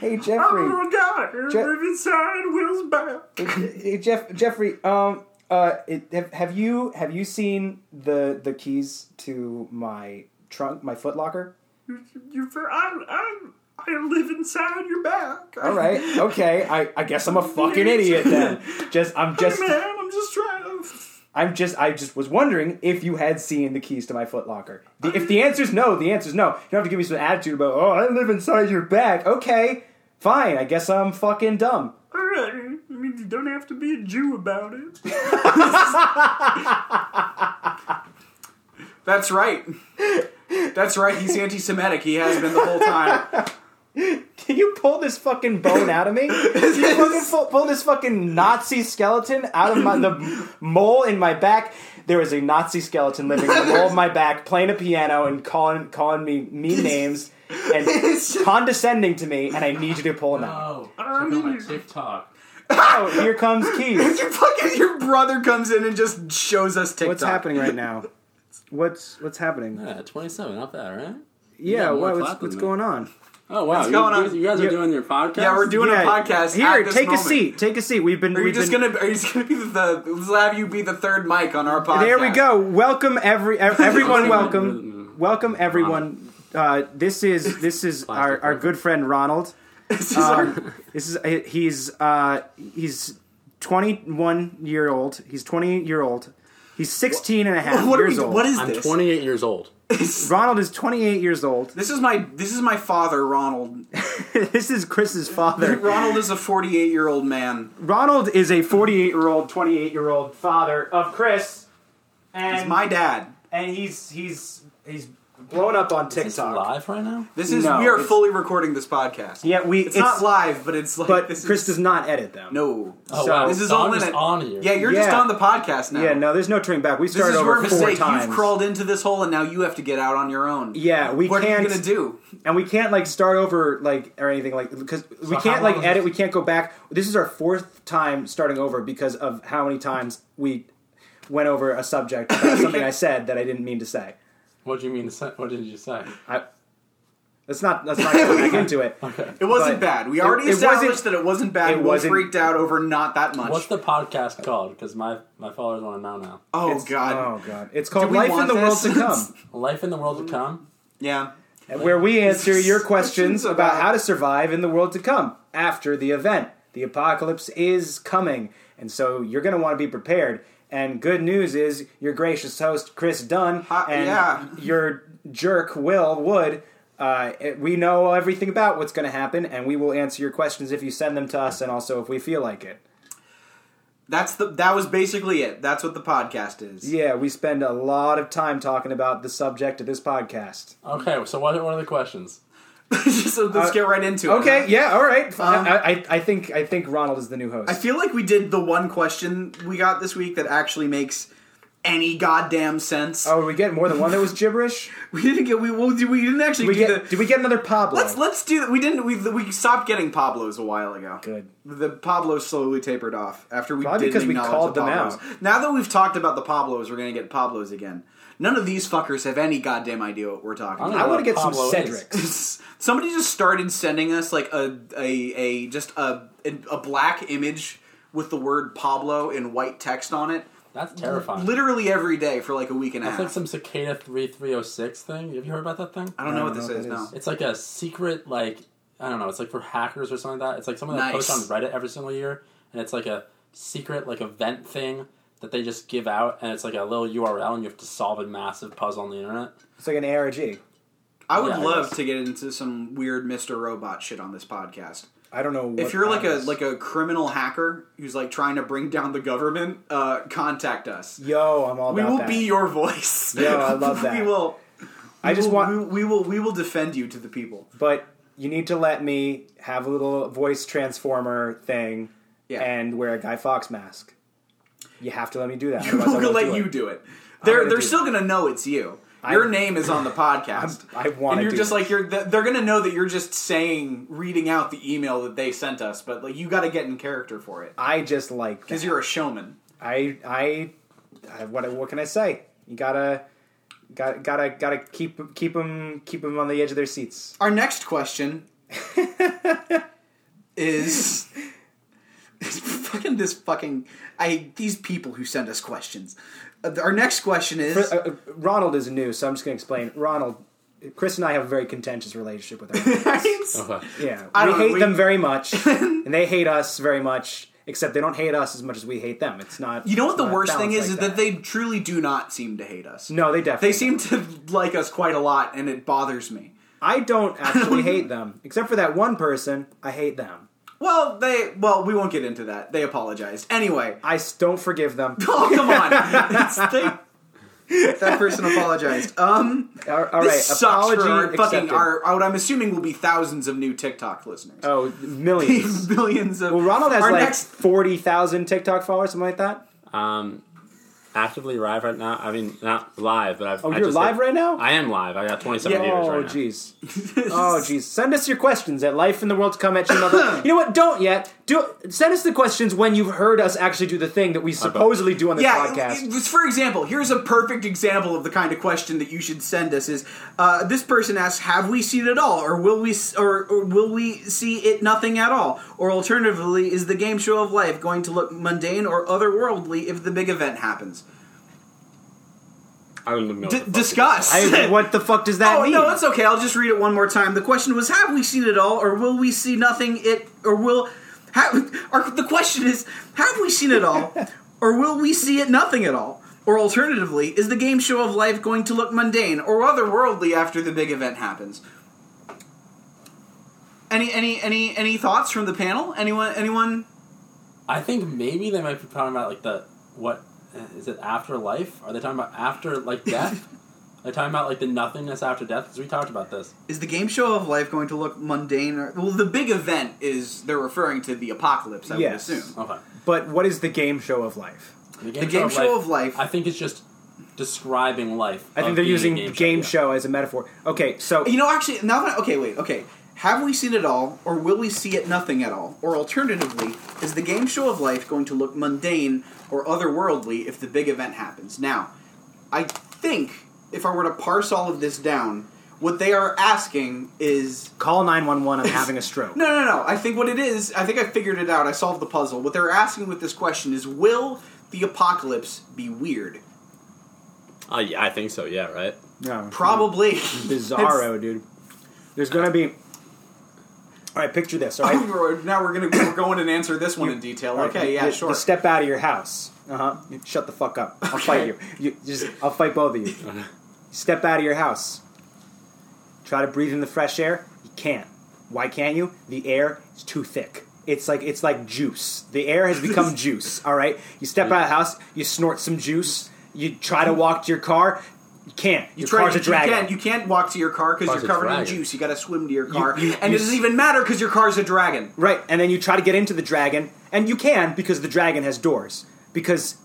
Speaker 3: Hey
Speaker 2: Oh,
Speaker 3: Jeffrey.
Speaker 2: God, I
Speaker 3: Je-
Speaker 2: inside Will's back.
Speaker 3: Hey, Jeff Jeffrey. Um. Uh. It, have have you have you seen the the keys to my trunk, my foot locker?
Speaker 2: You, for, I, I, I live inside your back.
Speaker 3: All right. Okay. I I guess I'm a fucking idiot then. Just I'm just
Speaker 2: man, I'm just trying to.
Speaker 3: I'm just I just was wondering if you had seen the keys to my Foot Locker. The, if the answer's no, the answer's no. You don't have to give me some attitude about oh I live inside your back. Okay, fine. I guess I'm fucking dumb.
Speaker 2: All right, I mean, you don't have to be a Jew about it. That's right. That's right. He's anti-Semitic. He has been the whole time.
Speaker 3: Can you pull this fucking bone out of me? Can you fucking pull, pull this fucking Nazi skeleton out of my, the mole in my back? There was a Nazi skeleton living in the mole of my back, playing a piano and calling calling me mean names and condescending to me. And I need you to pull it out.
Speaker 5: Oh, check out my TikTok.
Speaker 3: Oh, here comes Keys.
Speaker 2: Your fucking your brother comes in and just shows us TikTok.
Speaker 3: What's happening right now? What's what's happening?
Speaker 5: Yeah, 27, not bad, right?
Speaker 3: Yeah,
Speaker 5: more
Speaker 3: why,
Speaker 5: clap
Speaker 3: what's,
Speaker 5: than
Speaker 3: what's
Speaker 5: me.
Speaker 3: going on?
Speaker 5: Oh, wow. You,
Speaker 2: going on?
Speaker 5: you guys are
Speaker 3: Yeah.
Speaker 5: doing your podcast?
Speaker 2: Yeah, we're doing
Speaker 3: Yeah,
Speaker 2: a podcast.
Speaker 3: Here,
Speaker 2: at this
Speaker 3: take
Speaker 2: moment.
Speaker 3: a seat. Take a seat. We've been.
Speaker 2: Are you
Speaker 3: we've
Speaker 2: just
Speaker 3: been,
Speaker 2: gonna? Are you just gonna be the? Let's have you be the third mic on our podcast.
Speaker 3: There we go. Welcome every ev- everyone.
Speaker 5: Awesome.
Speaker 3: welcome, welcome everyone. Uh, this is this is our, our good friend Ronald.
Speaker 2: This is our-
Speaker 3: Um, this is uh, he's uh, he's twenty one year old. He's twenty year old. He's 16 and a half
Speaker 2: what, are
Speaker 3: years
Speaker 2: we,
Speaker 3: old.
Speaker 2: what is
Speaker 5: I'm
Speaker 2: this?
Speaker 5: 28 years old.
Speaker 3: Ronald is 28 years old.
Speaker 2: This is my this is my father, Ronald.
Speaker 3: This is Chris's father.
Speaker 2: Ronald is a 48 year old man.
Speaker 3: Ronald is a 48 year old, 28 year old father of Chris,
Speaker 2: He's
Speaker 3: and
Speaker 2: my dad.
Speaker 3: and he's he's he's blown up on
Speaker 5: Is this
Speaker 3: TikTok.
Speaker 5: live right now?
Speaker 2: This is
Speaker 3: No,
Speaker 2: we are
Speaker 3: it's-
Speaker 2: fully recording this podcast.
Speaker 3: Yeah, we
Speaker 2: it's, not live, but it's like
Speaker 3: but
Speaker 2: this
Speaker 3: Chris
Speaker 2: is,
Speaker 3: does not edit them.
Speaker 2: no.
Speaker 5: Oh,
Speaker 3: So-
Speaker 5: wow.
Speaker 2: This is
Speaker 5: So
Speaker 2: all
Speaker 5: I'm
Speaker 2: in
Speaker 5: just
Speaker 2: it.
Speaker 5: on here.
Speaker 2: Yeah, you're just
Speaker 3: Yeah.
Speaker 2: on the podcast now.
Speaker 3: Yeah, no, there's no turning back. We
Speaker 2: This
Speaker 3: started
Speaker 2: is
Speaker 3: over
Speaker 2: your
Speaker 3: four
Speaker 2: mistake.
Speaker 3: times.
Speaker 2: You've crawled into this hole, and now you have to get out on your own.
Speaker 3: yeah, we
Speaker 2: What are
Speaker 3: can't,
Speaker 2: you gonna do?
Speaker 3: and we can't like start over like or anything like because we
Speaker 5: how
Speaker 3: can't
Speaker 5: long
Speaker 3: like
Speaker 5: is
Speaker 3: edit.
Speaker 5: this?
Speaker 3: We can't go back. This is our fourth time starting over because of how many times we went over a subject about something I said that I didn't mean to say.
Speaker 5: What do you mean to say? What did you say?
Speaker 3: I let's not let's not go back into it.
Speaker 2: It wasn't
Speaker 3: But
Speaker 2: bad. We
Speaker 3: it-
Speaker 2: already
Speaker 3: it
Speaker 2: established
Speaker 3: wasn't-
Speaker 2: that it wasn't bad.
Speaker 3: it
Speaker 2: we
Speaker 3: wasn't-
Speaker 2: freaked out over not that much.
Speaker 5: What's the podcast called? Because my, my followers want to know now.
Speaker 2: oh
Speaker 3: It's-
Speaker 2: god.
Speaker 3: Oh god! It's called
Speaker 2: we
Speaker 3: Life in
Speaker 2: want
Speaker 3: the
Speaker 2: this?
Speaker 3: World to Come.
Speaker 5: Life in the World to Come?
Speaker 2: Yeah.
Speaker 3: where we answer your questions
Speaker 2: questions
Speaker 3: about
Speaker 2: about-
Speaker 3: how to survive in the world to come after the event. The apocalypse is coming, and so you're going to want to be prepared. And good news is your gracious host Chris Dunn
Speaker 2: Hi-
Speaker 3: and
Speaker 2: yeah.
Speaker 3: your jerk Will Wood. Uh, it- we know everything about what's going to happen, and we will answer your questions if you send them to us, and also if we feel like it.
Speaker 2: That's the that was basically it. That's what the podcast is.
Speaker 3: Yeah, we spend a lot of time talking about the subject of this podcast.
Speaker 5: Okay, so what are, what are the questions?
Speaker 2: so let's get right into it.
Speaker 3: Okay, yeah, all right.
Speaker 2: Um,
Speaker 3: I, I, I think I think Ronald is the new host.
Speaker 2: I feel like we did the one question we got this week that actually makes any goddamn sense.
Speaker 3: Oh, we get more than one that was gibberish.
Speaker 2: We didn't get we well, we didn't actually
Speaker 3: We
Speaker 2: do
Speaker 3: get.
Speaker 2: the
Speaker 3: Did we get another Pablo?
Speaker 2: Let's let's do that. We didn't we we stopped getting Pablos a while ago.
Speaker 3: Good.
Speaker 2: The Pablos slowly tapered off after we
Speaker 3: Probably
Speaker 2: didn't
Speaker 3: because we
Speaker 2: acknowledge
Speaker 3: called
Speaker 2: the
Speaker 3: them
Speaker 2: Pablos.
Speaker 3: out.
Speaker 2: Now that we've talked about the Pablos, we're gonna get Pablos again. None of these fuckers have any goddamn idea what we're talking
Speaker 5: I'm
Speaker 2: about.
Speaker 5: gonna
Speaker 3: I want
Speaker 5: What
Speaker 3: to get some
Speaker 5: Pablo is.
Speaker 3: Cedrics.
Speaker 2: Somebody just started sending us like a a, a just a a black image with the word Pablo in white text on it,
Speaker 5: That's terrifying.
Speaker 2: literally every day for like a week and a
Speaker 5: It's like
Speaker 2: half.
Speaker 5: some Cicada 3306 thing. Have you heard about that thing?
Speaker 2: I don't know what this
Speaker 3: I don't
Speaker 2: is.
Speaker 3: know
Speaker 2: No,
Speaker 3: what
Speaker 5: It's like a secret, like I don't know. It's like for hackers or something like that. It's like something that
Speaker 2: Nice.
Speaker 5: posts on Reddit every single year, and it's like a secret, like event thing that they just give out, and it's like a little URL, and you have to solve a massive puzzle on the internet.
Speaker 3: It's like an ARG.
Speaker 2: I would
Speaker 5: Yeah, I
Speaker 2: love
Speaker 5: guess.
Speaker 2: to get into some weird Mister Robot shit on this podcast.
Speaker 3: I don't know. What
Speaker 2: if you're like a
Speaker 3: Pablo's-
Speaker 2: like a criminal hacker who's like trying to bring down the government, uh, contact us.
Speaker 3: yo, I'm all
Speaker 2: We
Speaker 3: about
Speaker 2: will
Speaker 3: that.
Speaker 2: be your voice.
Speaker 3: Yo, I love that.
Speaker 2: we will.
Speaker 3: I just
Speaker 2: we will-
Speaker 3: want,
Speaker 2: we, we will we will defend you to the people.
Speaker 3: but you need to let me have a little voice transformer thing,
Speaker 2: Yeah.
Speaker 3: and wear a Guy Fox mask. You have to let me do that.
Speaker 2: We're
Speaker 3: otherwise I
Speaker 2: gonna
Speaker 3: won't
Speaker 2: let
Speaker 3: do it.
Speaker 2: you do it. They're
Speaker 3: gonna
Speaker 2: they're
Speaker 3: do
Speaker 2: still gonna know it's you. Your
Speaker 3: I'm-
Speaker 2: name is on the podcast.
Speaker 3: I'm- I wanna
Speaker 2: And you're
Speaker 3: do
Speaker 2: just
Speaker 3: this.
Speaker 2: like you're. th- They're gonna know that you're just saying, reading out the email that they sent us. But like you got to get in character for it
Speaker 3: I just like
Speaker 2: because
Speaker 3: that.
Speaker 2: you're a showman.
Speaker 3: I, I, I, what, what can I say? You gotta, got, gotta, gotta keep, keep them, keep them on the edge of their seats.
Speaker 2: Our next question is is fucking this fucking I these people who send us questions. Uh, our next question is
Speaker 3: Uh, uh, Ronald is new, so I'm just going to explain. Ronald, Chris and I have a very contentious relationship with our yeah.
Speaker 2: I
Speaker 3: We
Speaker 2: don't-
Speaker 3: hate
Speaker 2: we-
Speaker 3: them very much, and they hate us very much. Except they don't hate us as much as we hate them. It's not.
Speaker 2: You know what
Speaker 3: it's
Speaker 2: the
Speaker 3: not
Speaker 2: worst thing is
Speaker 3: balanced
Speaker 2: is
Speaker 3: like
Speaker 2: that they truly do not seem to hate us.
Speaker 3: no, they definitely
Speaker 2: They seem to like us quite a lot and it bothers me.
Speaker 3: I don't actually hate them, except for that one person. I hate them.
Speaker 2: Well, they well, we won't get into that. They apologized. Anyway,
Speaker 3: I s- don't forgive them.
Speaker 2: oh come on. It's- they-
Speaker 4: that person apologized. Um,
Speaker 3: All, all right,
Speaker 2: This sucks
Speaker 3: apology
Speaker 2: for our fucking
Speaker 3: accepted.
Speaker 2: our, what I'm assuming will be thousands of new TikTok listeners.
Speaker 3: oh, millions.
Speaker 2: Billions of
Speaker 3: well, Ronald has
Speaker 2: our
Speaker 3: like
Speaker 2: next
Speaker 3: forty thousand TikTok followers, something like that.
Speaker 5: Um, actively live right now. I mean, not live, but I've.
Speaker 3: Oh,
Speaker 5: I
Speaker 3: you're
Speaker 5: just
Speaker 3: live
Speaker 5: hit-
Speaker 3: right now.
Speaker 5: I am live. I got 27 viewers
Speaker 3: oh,
Speaker 5: right now.
Speaker 3: jeez. oh, jeez. Send us your questions at lifeintheworldcome at gmail. you know what? Don't yet. Do send us the questions when you've heard us actually do the thing that we supposedly do on this
Speaker 2: yeah,
Speaker 3: podcast.
Speaker 2: it- it was- for example, here's a perfect example of the kind of question that you should send us: is uh, this person asks, "Have we seen it all, or will we, s- or, or will we see it nothing at all?" Or alternatively, is the game show of life going to look mundane or otherworldly if the big event happens?
Speaker 5: I wouldn't know. what
Speaker 2: D-
Speaker 5: the fuck
Speaker 2: discuss.
Speaker 3: I- what the fuck does that
Speaker 2: Oh
Speaker 3: mean?
Speaker 2: no, it's okay. I'll just read it one more time. The question was: Have we seen it all, or will we see nothing? It or will have, our, the question is: Have we seen it all, or will we see it nothing at all? Or alternatively, is the game show of life going to look mundane or otherworldly after the big event happens? Any any any any thoughts from the panel? Anyone anyone?
Speaker 5: I think maybe they might be talking about like the what is it afterlife? Are they talking about after like death? Are they talking about like the nothingness after death? Because we talked about this.
Speaker 2: Is the game show of life going to look mundane? Or, well, the big event is they're referring to the apocalypse. I
Speaker 3: Yes.
Speaker 2: would assume.
Speaker 5: Okay.
Speaker 3: But what is the game show of life?
Speaker 2: The game show of life.
Speaker 5: I think it's just describing life.
Speaker 3: I
Speaker 5: of
Speaker 3: think they're
Speaker 5: being a
Speaker 3: using
Speaker 5: game,
Speaker 3: game,
Speaker 5: yeah.
Speaker 3: show, as a metaphor. Okay, so
Speaker 2: You know, actually, now that okay, wait, okay. Have we seen it all, or will we see it nothing at all? Or alternatively, is the game show of life going to look mundane or otherworldly if the big event happens? Now, I think if I were to parse all of this down, what they are asking is
Speaker 3: call nine one one. I'm having a stroke.
Speaker 2: no, no, no. I think what it is, I think I figured it out. I solved the puzzle. What they're asking with this question is, will the apocalypse be weird?
Speaker 5: Uh, yeah, I think so. Yeah, right.
Speaker 3: No.
Speaker 2: Probably
Speaker 3: Hmm. bizarro, dude. There's gonna be. All right, picture this. All right,
Speaker 2: It's- now we're gonna we're going and answer this one in detail.
Speaker 3: All right,
Speaker 2: Okay,
Speaker 3: the-
Speaker 2: yeah,
Speaker 3: the-
Speaker 2: sure.
Speaker 3: the step out of your house. Uh huh. Shut the fuck up. I'll fight you. You just. I'll fight both of you.
Speaker 2: Uh-huh.
Speaker 3: step out of your house. Try to breathe in the fresh air. You can't. Why can't you? The air is too thick. It's like it's like juice. The air has become juice. All right. You step out of the house. You snort some juice. You try to walk to your car. You can't. Your
Speaker 2: try-
Speaker 3: car's a
Speaker 2: you
Speaker 3: dragon.
Speaker 2: can't- You can't walk to your car because
Speaker 5: Car's
Speaker 2: you're
Speaker 5: a
Speaker 2: covered in
Speaker 5: dragon.
Speaker 2: juice. You got to swim to your car,
Speaker 3: you-
Speaker 2: and
Speaker 3: you
Speaker 2: it doesn't
Speaker 3: s-
Speaker 2: even matter because your car's a dragon.
Speaker 3: Right, and then you try to get into the dragon, and you can because the dragon has doors. Because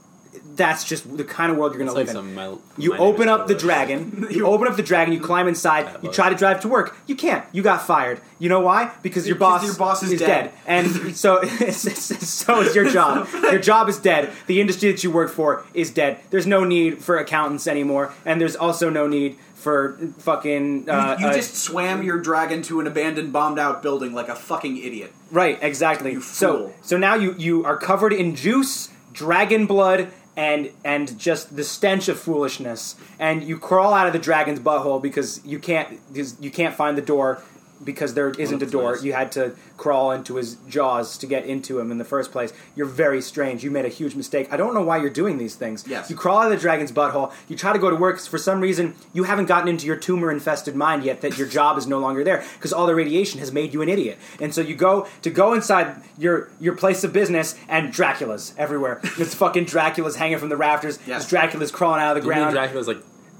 Speaker 3: that's just the kind of world you're going to
Speaker 5: It's
Speaker 3: live
Speaker 5: like
Speaker 3: in.
Speaker 5: some. My,
Speaker 3: you
Speaker 5: My
Speaker 3: open
Speaker 5: Neighbor's
Speaker 3: up the
Speaker 5: Killer.
Speaker 3: dragon. You open up the dragon. You climb inside. You
Speaker 5: love
Speaker 3: try to drive to work. You can't. You got fired. You know why? Because your
Speaker 2: Because
Speaker 3: boss,
Speaker 2: your boss is dead.
Speaker 3: and so so is your job. Your job is dead. The industry that you work for is dead. There's no need for accountants anymore, and there's also no need for fucking. Uh,
Speaker 2: you
Speaker 3: uh,
Speaker 2: just swam your dragon to an abandoned, bombed-out building like a fucking idiot.
Speaker 3: Right, exactly. So
Speaker 2: fool.
Speaker 3: so now you you are covered in juice, dragon blood, and and just the stench of foolishness. And you crawl out of the dragon's butthole because you can't because you can't find the door because there isn't a
Speaker 5: that's
Speaker 3: door.
Speaker 5: nice.
Speaker 3: You had to crawl into his jaws to get into him in the first place. You're very strange. You made a huge mistake. I don't know why you're doing these things.
Speaker 2: Yes.
Speaker 3: You crawl out of the dragon's butthole. You try to go to work 'cause for some reason you haven't gotten into your tumor infested mind yet that your job is no longer there because all the radiation has made you an idiot. And so you go to go inside your your place of business and Dracula's everywhere. There's fucking Dracula's hanging from the rafters. There's Dracula's crawling out of the
Speaker 5: You mean
Speaker 3: ground.
Speaker 5: Dracula's like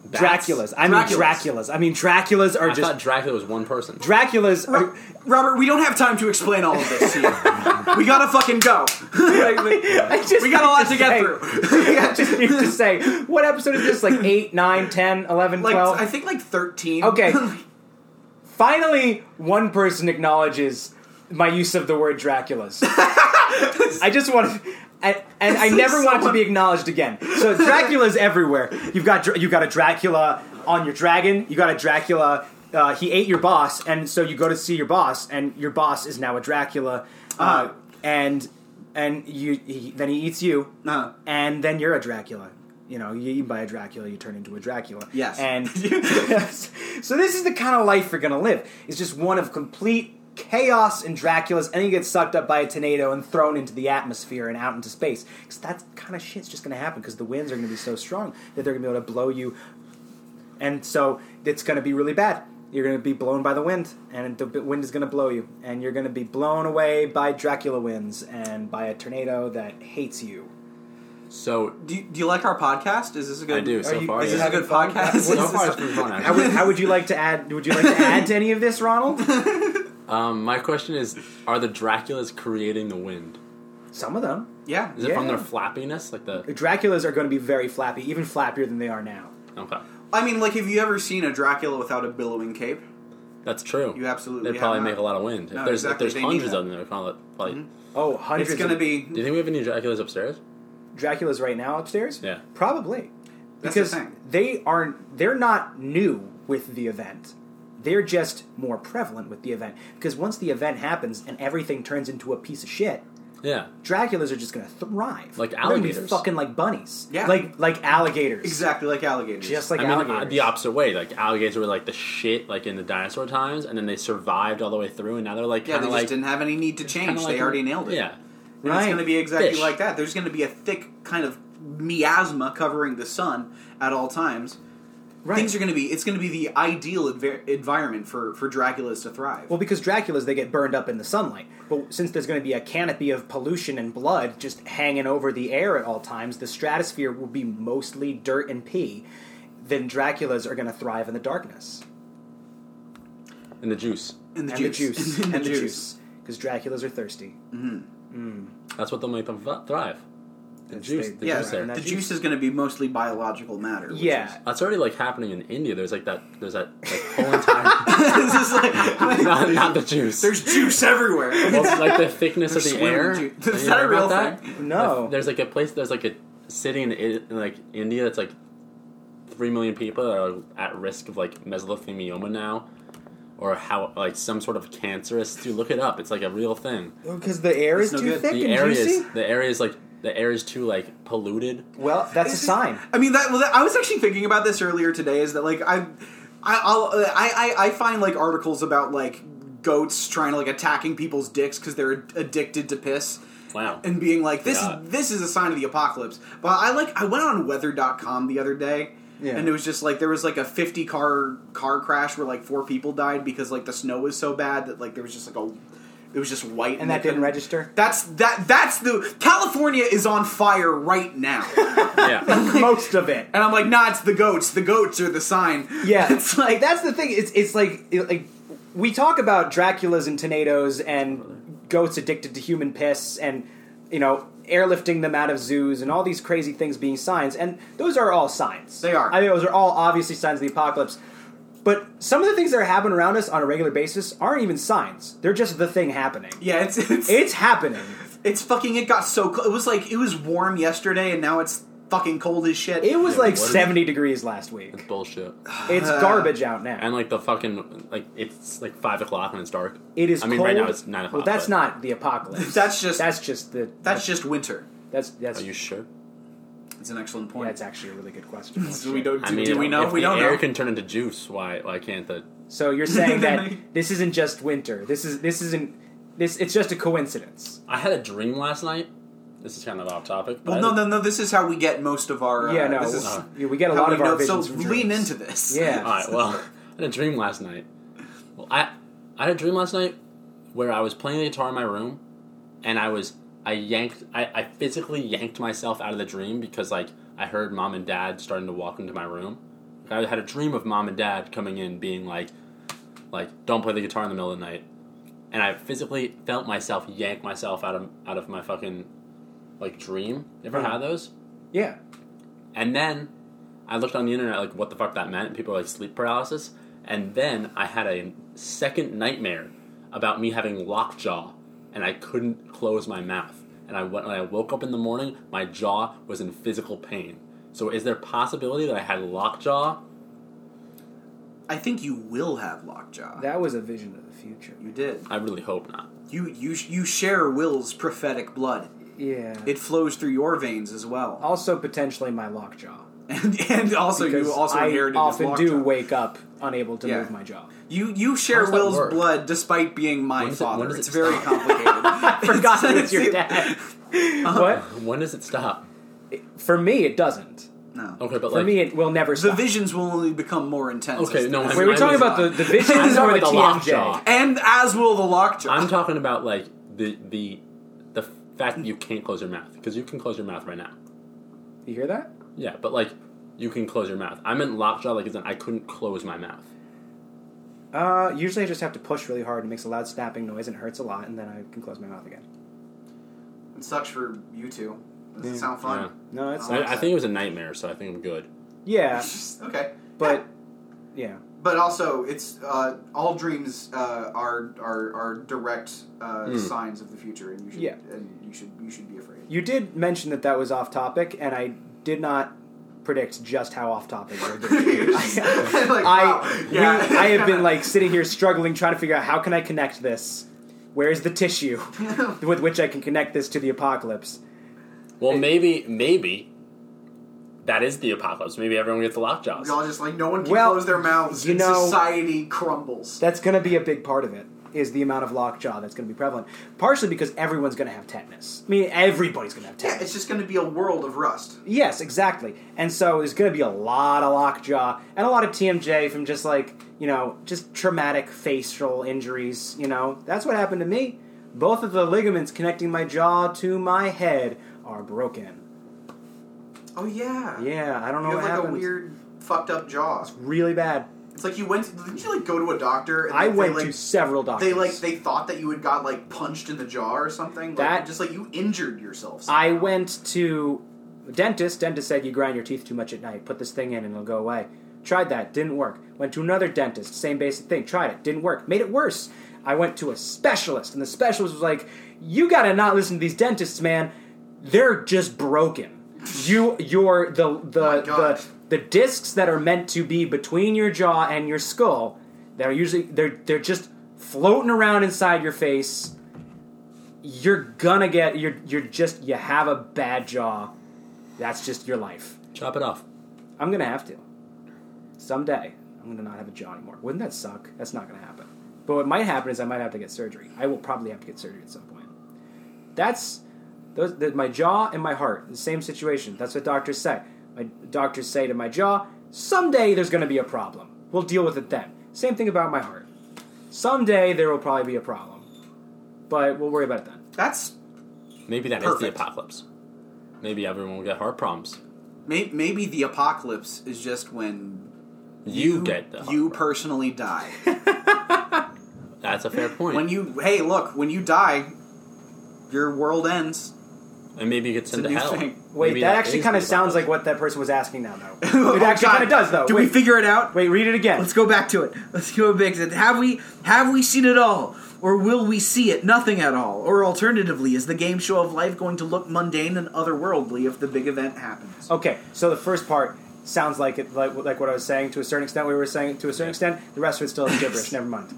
Speaker 5: bats?
Speaker 3: Dracula's. I mean
Speaker 2: Dracula's.
Speaker 3: Dracula's. I mean Dracula's are
Speaker 5: I
Speaker 3: just
Speaker 5: thought Dracula was one person.
Speaker 3: Dracula's are,
Speaker 2: Robert, we don't have time to explain all of this. Here. we gotta fucking go. Like, we-
Speaker 3: I just
Speaker 2: we got a lot to get
Speaker 3: Hey.
Speaker 2: through.
Speaker 3: I just need to say, what episode is this? Like 8, 9, 10, 11,
Speaker 2: Like
Speaker 3: 12?
Speaker 2: I think like thirteen. Uh,
Speaker 3: Okay. Finally, one person acknowledges my use of the word Dracula's. I just want to. And, and I never want it to be acknowledged again. So Dracula's everywhere. You've got Dra- you got a Dracula on your dragon. You got a Dracula. Uh, he ate your boss, and so you go to see your boss, and your boss is now a Dracula. Uh,
Speaker 2: Ah.
Speaker 3: And and you he, then he eats you,
Speaker 2: Uh-huh.
Speaker 3: and then you're a Dracula. You know, you eat by a Dracula, you turn into a Dracula.
Speaker 2: Yes.
Speaker 3: And so this is the kind of life we're gonna live. It's just one of complete chaos and Dracula's, and then you get sucked up by a tornado and thrown into the atmosphere and out into space. Because that kind of shit's just gonna happen because the winds are gonna be so strong that they're gonna be able to blow you, and so it's gonna be really bad. You're gonna be blown by the wind, and the b- wind is gonna blow you, and you're gonna be blown away by Dracula winds and by a tornado that hates you.
Speaker 5: So
Speaker 2: Do you, do you like our podcast? Is this a good?
Speaker 5: I do
Speaker 3: Are
Speaker 5: so
Speaker 3: you-
Speaker 5: far.
Speaker 2: Is
Speaker 5: yeah.
Speaker 2: this a good podcast? Is
Speaker 5: so
Speaker 2: this-
Speaker 5: far, it's been fun.
Speaker 3: How
Speaker 5: Actually.
Speaker 3: would, how would you like to add? Would you like to add to any of this, Ronald?
Speaker 5: Um, my question is: Are the Draculas creating the wind?
Speaker 3: Some of them.
Speaker 2: yeah.
Speaker 5: Is it from
Speaker 3: Yeah.
Speaker 5: their flappiness, like the?
Speaker 3: The Draculas are going to be very flappy, even flappier than they are now.
Speaker 5: Okay,
Speaker 2: I mean, like, have you ever seen a Dracula without a billowing cape?
Speaker 5: that's true.
Speaker 2: You absolutely
Speaker 5: They probably
Speaker 2: have not.
Speaker 5: make a lot of wind.
Speaker 2: No,
Speaker 5: if there's
Speaker 2: exactly,
Speaker 5: if
Speaker 2: they
Speaker 5: there's
Speaker 2: need
Speaker 5: hundreds
Speaker 2: that.
Speaker 5: of them, they're probably. probably
Speaker 3: Oh, hundreds.
Speaker 2: It's gonna
Speaker 3: of
Speaker 2: be
Speaker 5: Do you think we have any Draculas upstairs?
Speaker 3: Draculas right now upstairs.
Speaker 5: Yeah.
Speaker 3: probably
Speaker 2: That's
Speaker 3: because
Speaker 2: the thing.
Speaker 3: they aren't. They're not new with the event. They're just more prevalent with the event because once the event happens and everything turns into a piece of shit,
Speaker 5: Yeah.
Speaker 3: Draculas are just gonna thrive.
Speaker 5: Like
Speaker 3: They're gonna be
Speaker 5: alligators.
Speaker 3: fucking like bunnies.
Speaker 2: Yeah.
Speaker 3: like like alligators.
Speaker 2: exactly like alligators.
Speaker 3: Just like
Speaker 5: I mean,
Speaker 3: alligators.
Speaker 5: uh, the opposite way. Like alligators were like the shit, like in the dinosaur times, and then they survived all the way through, and now they're like
Speaker 2: yeah, they
Speaker 5: kind of
Speaker 2: just
Speaker 5: like
Speaker 2: didn't have any need to
Speaker 5: kinda
Speaker 2: change.
Speaker 5: like-
Speaker 2: they already nailed it.
Speaker 5: Yeah,
Speaker 2: And
Speaker 3: Right.
Speaker 2: It's going to be exactly
Speaker 5: Fish.
Speaker 2: like that. There's going to be a thick kind of miasma covering the sun at all times.
Speaker 3: right.
Speaker 2: Things are going to be. It's going to be the ideal envi- environment for for Draculas to thrive.
Speaker 3: Well, because Draculas, they get burned up in the sunlight. But since there's going to be a canopy of pollution and blood just hanging over the air at all times, the stratosphere will be mostly dirt and pee. Then Draculas are going to thrive in the darkness
Speaker 5: and the juice.
Speaker 2: and the
Speaker 3: and
Speaker 2: juice,
Speaker 3: the juice
Speaker 2: and, the juice.
Speaker 3: because Draculas are thirsty.
Speaker 5: That's what they'll make them th- thrive. The
Speaker 3: That's
Speaker 5: juice.
Speaker 3: they-
Speaker 5: the
Speaker 2: Yeah,
Speaker 5: juice there.
Speaker 3: and
Speaker 2: the
Speaker 3: that
Speaker 2: juice,
Speaker 3: juice.
Speaker 2: is going to be mostly biological matter. which
Speaker 3: Yeah,
Speaker 5: That's already like happening in India. There's like that. There's that like, whole entire.
Speaker 2: is- this is like-
Speaker 5: not, not the juice.
Speaker 2: there's juice everywhere.
Speaker 5: Well, like the thickness of the
Speaker 2: Swimming
Speaker 5: air.
Speaker 2: juice.
Speaker 5: Did
Speaker 2: Is
Speaker 5: you
Speaker 2: that a
Speaker 5: hear
Speaker 2: real
Speaker 5: about that?
Speaker 2: thing?
Speaker 3: no,
Speaker 5: There's like a place. There's like a city in, I- in like India that's like three million people that are at risk of like mesothelioma now, or how like some sort of cancerous. Dude, look it up. It's like a real thing.
Speaker 3: because the air is
Speaker 2: no
Speaker 3: too
Speaker 2: good.
Speaker 3: thick
Speaker 5: The
Speaker 3: and
Speaker 5: area
Speaker 3: juicy.
Speaker 5: is the area is like the air is too like polluted.
Speaker 3: Well, that's a sign.
Speaker 2: I mean, that, well, that- I was actually thinking about this earlier today. Is that like I, I, I'll, I, I, I find like articles about like goats trying to like attacking people's dicks because they're addicted to piss.
Speaker 5: Wow.
Speaker 2: And being like this,
Speaker 5: Yeah.
Speaker 2: this is a sign of the apocalypse. But I like I went on weather.com the other day.
Speaker 3: Yeah.
Speaker 2: And it was just like there was like a fifty car car crash where like four people died because like the snow was so bad that like there was just like a it was just white
Speaker 3: And that
Speaker 2: they
Speaker 3: didn't
Speaker 2: couldn't-
Speaker 3: register?
Speaker 2: That's that that's the California is on fire right now.
Speaker 5: Yeah.
Speaker 3: Most of it.
Speaker 2: And I'm like, nah, it's the goats. The goats are the sign.
Speaker 3: Yeah,
Speaker 2: it's like
Speaker 3: that's the thing. It's it's like it- like we talk about Draculas and tornadoes and goats addicted to human piss and you know airlifting them out of zoos and all these crazy things being signs and those are all signs.
Speaker 2: They are.
Speaker 3: I mean, those are all obviously signs of the apocalypse. But some of the things that are happening around us on a regular basis aren't even signs. They're just the thing happening.
Speaker 2: Yeah, it's it's
Speaker 3: It's happening.
Speaker 2: it's fucking. It got so cold. It was like it was warm yesterday, and now it's fucking cold as shit.
Speaker 3: It was
Speaker 5: Yeah,
Speaker 3: like
Speaker 5: what is-
Speaker 3: 70 degrees last week.
Speaker 5: Bullshit.
Speaker 3: It's garbage out now.
Speaker 5: And like the fucking like it's like five o'clock and it's dark.
Speaker 3: it is
Speaker 5: I mean,
Speaker 3: cold.
Speaker 5: right now it's nine o'clock.
Speaker 3: Well, that's
Speaker 5: but-
Speaker 3: not the apocalypse.
Speaker 2: That's just-
Speaker 3: that's just the
Speaker 2: that's just winter.
Speaker 3: That's that's
Speaker 5: Are you sure?
Speaker 2: It's an excellent point.
Speaker 3: that's actually a really good question.
Speaker 2: So we don't. Do,
Speaker 5: I mean,
Speaker 2: do we
Speaker 5: if-
Speaker 2: know?
Speaker 5: If
Speaker 2: We
Speaker 5: the
Speaker 2: don't
Speaker 5: air
Speaker 2: know.
Speaker 5: can turn into juice, why why can't the?
Speaker 3: So you're saying that this isn't just winter. This is this isn't this. It's just a coincidence.
Speaker 5: I had a dream last night. This is kind of off topic. But
Speaker 2: well,
Speaker 5: I-
Speaker 2: no, no, no. This is how we get most of our. Uh,
Speaker 3: yeah, no,
Speaker 2: This is
Speaker 5: uh,
Speaker 3: we- we get a
Speaker 2: how
Speaker 3: lot
Speaker 2: we
Speaker 3: of our
Speaker 2: know-
Speaker 3: visions
Speaker 2: So
Speaker 3: from
Speaker 2: lean
Speaker 3: dreams.
Speaker 2: into this.
Speaker 3: Yeah.
Speaker 5: All right. Well, I had a dream last night. Well, I I had a dream last night where I was playing the guitar in my room, and I was I yanked I, I physically yanked myself out of the dream because like I heard mom and dad starting to walk into my room. I had a dream of mom and dad coming in being like, like don't play the guitar in the middle of the night, and I physically felt myself yank myself out of out of my fucking like dream. You Ever had those?
Speaker 3: Yeah,
Speaker 5: And then I looked on the internet like what the fuck that meant. People were like sleep paralysis. And then I had a second nightmare about me having lockjaw and I couldn't close my mouth. And I went, when I woke up in the morning, my jaw was in physical pain. So is there possibility that I had lockjaw?
Speaker 2: I think you will have lockjaw.
Speaker 3: that was a vision of the future.
Speaker 2: you did.
Speaker 5: I really hope not.
Speaker 2: You you you share Will's prophetic blood.
Speaker 3: Yeah.
Speaker 2: It flows through your veins as well,
Speaker 3: also potentially my lockjaw.
Speaker 2: and, and also
Speaker 3: Because
Speaker 2: you also
Speaker 3: I
Speaker 2: inherited his
Speaker 3: often do
Speaker 2: lockjaw.
Speaker 3: wake up unable to
Speaker 2: Yeah.
Speaker 3: move my jaw.
Speaker 2: You you
Speaker 5: How
Speaker 2: share
Speaker 5: does that
Speaker 2: Will's
Speaker 5: work?
Speaker 2: blood despite being my
Speaker 5: When does it-
Speaker 2: father.
Speaker 5: when does
Speaker 2: it's
Speaker 5: it
Speaker 2: very complicated.
Speaker 3: Forgot it was your dad.
Speaker 2: Uh-huh.
Speaker 3: what?
Speaker 5: When does it stop?
Speaker 3: For me, it doesn't.
Speaker 2: No.
Speaker 5: Okay, but
Speaker 3: For
Speaker 5: like
Speaker 3: me, it will never
Speaker 2: The
Speaker 3: stop.
Speaker 2: visions will only become more intense.
Speaker 5: Okay,
Speaker 2: as
Speaker 5: no,
Speaker 2: the-
Speaker 5: I
Speaker 3: Wait,
Speaker 5: mean,
Speaker 3: we're
Speaker 5: I
Speaker 3: talking
Speaker 5: was-
Speaker 3: about the, the visions
Speaker 5: talking
Speaker 3: or the
Speaker 5: about the
Speaker 3: TMJ?
Speaker 5: lockjaw.
Speaker 2: and as will the lockjaw.
Speaker 5: I'm talking about like the the the fact that you can't close your mouth because you can close your mouth right now.
Speaker 3: You hear that?
Speaker 5: Yeah, but like you can close your mouth. I meant lockjaw, like it's in I couldn't close my mouth.
Speaker 3: Uh, usually I just have to push really hard. It makes a loud snapping noise and it hurts a lot, and then I can close my mouth again.
Speaker 4: It sucks for you two. Does it sound
Speaker 5: Yeah.
Speaker 4: fun?
Speaker 3: No, it's
Speaker 5: I,
Speaker 3: not.
Speaker 5: I think it was a nightmare, so I think I'm good.
Speaker 3: Yeah,
Speaker 4: Okay.
Speaker 3: but yeah,
Speaker 4: But also, it's uh, all dreams uh, are, are are direct uh, signs of the future, and you should
Speaker 3: Hmm. Yeah.
Speaker 4: and you should you should be afraid.
Speaker 3: you did mention that that was off topic, and I did not predict just how off topic. it would be.
Speaker 4: Like, wow.
Speaker 3: I we, I have been like sitting here struggling trying to figure out how can I connect this. Where is the tissue with which I can connect this to the apocalypse?
Speaker 5: Well, maybe, maybe that is the apocalypse. Maybe everyone gets the lockjaws.
Speaker 4: We all just like no one can
Speaker 3: Well,
Speaker 4: close their mouths,
Speaker 3: you
Speaker 4: and
Speaker 3: know-
Speaker 4: society crumbles.
Speaker 3: That's going to be a big part of it. Is the amount of lockjaw that's going to be prevalent, partially because everyone's going to have tetanus. I mean, everybody's going to have
Speaker 4: yeah,
Speaker 3: tetanus.
Speaker 4: it's just going to be a world of rust.
Speaker 3: Yes, exactly. And so there's going to be a lot of lockjaw and a lot of TMJ from just like, you know, just traumatic facial injuries, you know. That's what happened to me. Both of the ligaments connecting my jaw to my head are broken.
Speaker 4: Oh yeah,
Speaker 3: Yeah, I don't know
Speaker 4: You
Speaker 3: what
Speaker 4: have like
Speaker 3: happened.
Speaker 4: a weird fucked up jaw.
Speaker 3: really bad.
Speaker 4: It's like you went. Did you like go to a doctor? And
Speaker 3: I
Speaker 4: they,
Speaker 3: went
Speaker 4: like,
Speaker 3: to several doctors.
Speaker 4: They like they thought that you had got like punched in the jaw or something. Like,
Speaker 3: That-
Speaker 4: just like you injured yourself.
Speaker 3: I went to a dentist. Dentist said you grind your teeth too much at night. Put this thing in and it'll go away. Tried that, didn't work. Went to another dentist, same basic thing. Tried it, didn't work. Made it worse. I went to a specialist, and the specialist was like, "You gotta not listen to these dentists, man. They're just broken. You, you're the the
Speaker 4: My God.
Speaker 3: the." The discs that are meant to be between your jaw and your skull, they're usually they're they're just floating around inside your face you're gonna get you're you're just you have a bad jaw. That's just your life.
Speaker 5: Chop it off.
Speaker 3: I'm gonna have to. Someday, I'm gonna not have a jaw anymore. Wouldn't that suck? That's not gonna happen. But what might happen is I might have to get surgery. I will probably have to get surgery at some point. That's those that my jaw and my heart, the same situation. That's what doctors say. My doctors say to my jaw, someday there's gonna be a problem. We'll deal with it then. Same thing about my heart. Someday there will probably be a problem. But we'll worry about it then.
Speaker 2: That's
Speaker 5: Maybe that is
Speaker 2: Perfect.
Speaker 5: the apocalypse. Maybe everyone will get heart problems.
Speaker 2: may- maybe the apocalypse is just when
Speaker 5: You, get the heart
Speaker 2: you
Speaker 5: problem.
Speaker 2: personally die.
Speaker 5: That's a fair point.
Speaker 2: when you hey look when you die, your world ends.
Speaker 5: and maybe you get sent
Speaker 2: a
Speaker 5: to
Speaker 2: new
Speaker 5: hell.
Speaker 2: thing.
Speaker 3: Wait,
Speaker 5: Maybe
Speaker 3: that, actually
Speaker 5: is
Speaker 3: kind of
Speaker 5: the
Speaker 3: sounds like
Speaker 5: apocalypse.
Speaker 3: what that person was asking now, though.
Speaker 2: Oh,
Speaker 3: It actually
Speaker 2: God.
Speaker 3: kind of does, though.
Speaker 2: Did
Speaker 3: wait,
Speaker 2: we figure it out?
Speaker 3: wait, read it again.
Speaker 2: Let's go back to it. Let's go back. to it. Have we have we seen it all, or will we see it nothing at all? Or alternatively, is the game show of life going to look mundane and otherworldly if the big event happens?
Speaker 3: Okay, so the first part sounds like it, like, like what I was saying to a certain extent. We were saying to a certain extent. The rest of it still is gibberish. Never mind.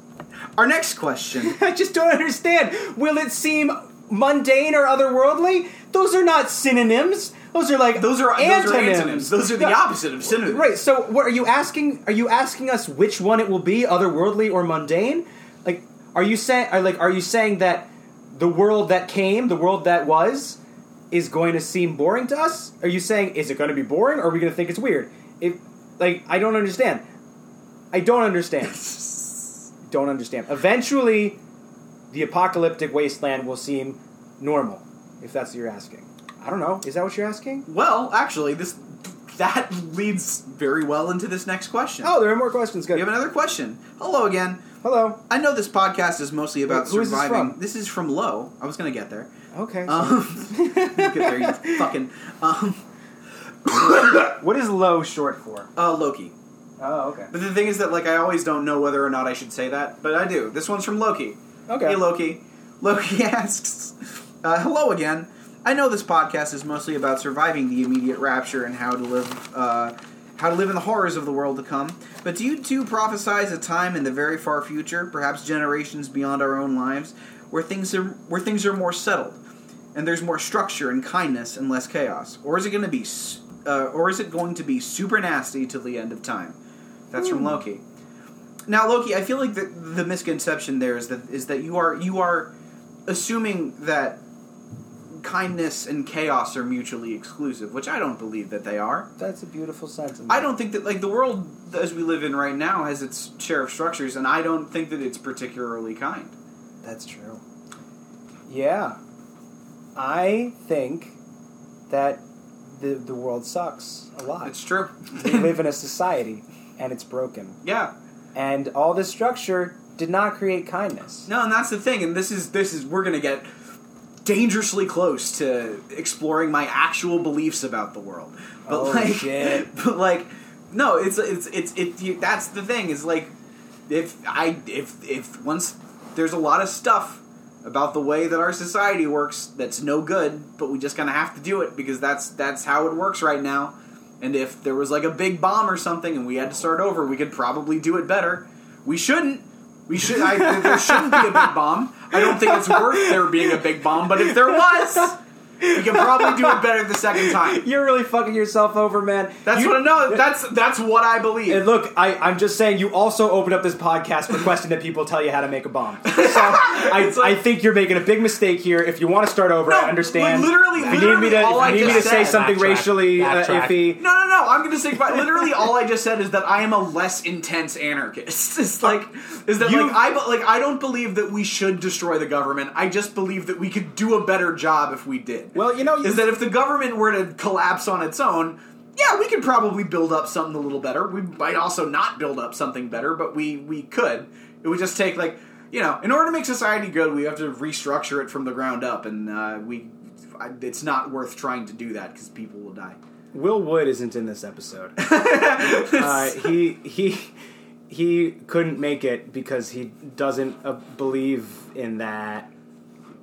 Speaker 2: Our next question.
Speaker 3: I just don't understand. Will it seem mundane or otherworldly? Those are not synonyms. Those are like
Speaker 2: Those are
Speaker 3: antonyms.
Speaker 2: those are antonyms. Those are the
Speaker 3: No.
Speaker 2: opposite of synonyms.
Speaker 3: Right. So, what are you asking? Are you asking us which one it will be, otherworldly or mundane? Like, are you saying, are like, are you saying that the world that came, the world that was, is going to seem boring to us? Are you saying is it going to be boring? Or are we going to think it's weird? If, like, I don't understand. I don't understand. don't understand. Eventually, the apocalyptic wasteland will seem normal, if that's what you're asking. I don't know. Is that what you're asking?
Speaker 2: Well, actually, this that leads very well into this next question.
Speaker 3: Oh, there are more questions. Good.
Speaker 2: we have another question. Hello again.
Speaker 3: Hello.
Speaker 2: I know this podcast is mostly about
Speaker 3: Who is this
Speaker 2: surviving.
Speaker 3: from?
Speaker 2: is from Low. I was gonna get there.
Speaker 3: Okay.
Speaker 2: Um, get there, you fucking um,
Speaker 3: What is low short for?
Speaker 2: uh, Loki.
Speaker 3: Oh, okay.
Speaker 2: But the thing is that like I always don't know whether or not I should say that, but I do. This one's from Loki.
Speaker 3: Okay.
Speaker 2: Hey Loki. Loki asks, uh, "Hello again. I know this podcast is mostly about surviving the immediate rapture and how to live, uh, how to live in the horrors of the world to come. But do you two prophesize a time in the very far future, perhaps generations beyond our own lives, where things are where things are more settled, and there's more structure and kindness and less chaos? Or is it going to be, s- uh, or is it going to be super nasty till the end of time?" That's from Loki. Now, Loki, I feel like the, the misconception there is that is that you are you are assuming that kindness and chaos are mutually exclusive, which I don't believe that they are.
Speaker 3: That's a beautiful sentence.
Speaker 2: I don't think that like the world as we live in right now has its share of structures, and I don't think that it's particularly kind.
Speaker 3: That's true. Yeah. I think that the, the world sucks a lot.
Speaker 2: It's true.
Speaker 3: we live in a society, and it's broken.
Speaker 2: Yeah.
Speaker 3: And all this structure did not create kindness.
Speaker 2: No, and that's the thing, and this is this is we're gonna get dangerously close to exploring my actual beliefs about the world. But
Speaker 3: Oh,
Speaker 2: like,
Speaker 3: shit.
Speaker 2: but like, no, it's it's it's it. You, that's the thing is like, if I if if once there's a lot of stuff about the way that our society works that's no good, but we just kind of have to do it because that's that's how it works right now. And if there was like a big bomb or something and we had to start over, we could probably do it better. We shouldn't. We should. I, there shouldn't be a big bomb. I don't think it's worth there being a big bomb. But if there was, we could probably do it better the second time.
Speaker 3: You're really fucking yourself over, man.
Speaker 2: That's
Speaker 3: You-
Speaker 2: what I know. That's that's what I believe.
Speaker 3: And look, I, I'm just saying, you also opened up this podcast requesting that people tell you how to make a bomb. So I, I think you're making a big mistake here. If you want to start over,
Speaker 2: No,
Speaker 3: I understand.
Speaker 2: like, literally-
Speaker 3: If you
Speaker 2: literally
Speaker 3: need me to,
Speaker 2: all I
Speaker 3: if you need me to
Speaker 2: just
Speaker 3: say
Speaker 2: said.
Speaker 3: something
Speaker 5: Backtrack,
Speaker 3: racially uh,
Speaker 5: backtrack.
Speaker 3: iffy.
Speaker 2: No, no, no. I'm going to say fine. Literally, all I just said is that I am a less intense anarchist. It's like is that
Speaker 3: Uh, You-
Speaker 2: like I be- like I don't believe that we should destroy the government. I just believe that we could do a better job if we did.
Speaker 3: Well, you know, you-
Speaker 2: is that if the government were to collapse on its own. Yeah, we could probably build up something a little better. We might also not build up something better, but we we could. It would just take like you know, in order to make society good, we have to restructure it from the ground up, and uh, we I, it's not worth trying to do that because people will die.
Speaker 3: Will Wood isn't in this episode. uh, he he he couldn't make it because he doesn't uh, believe in that.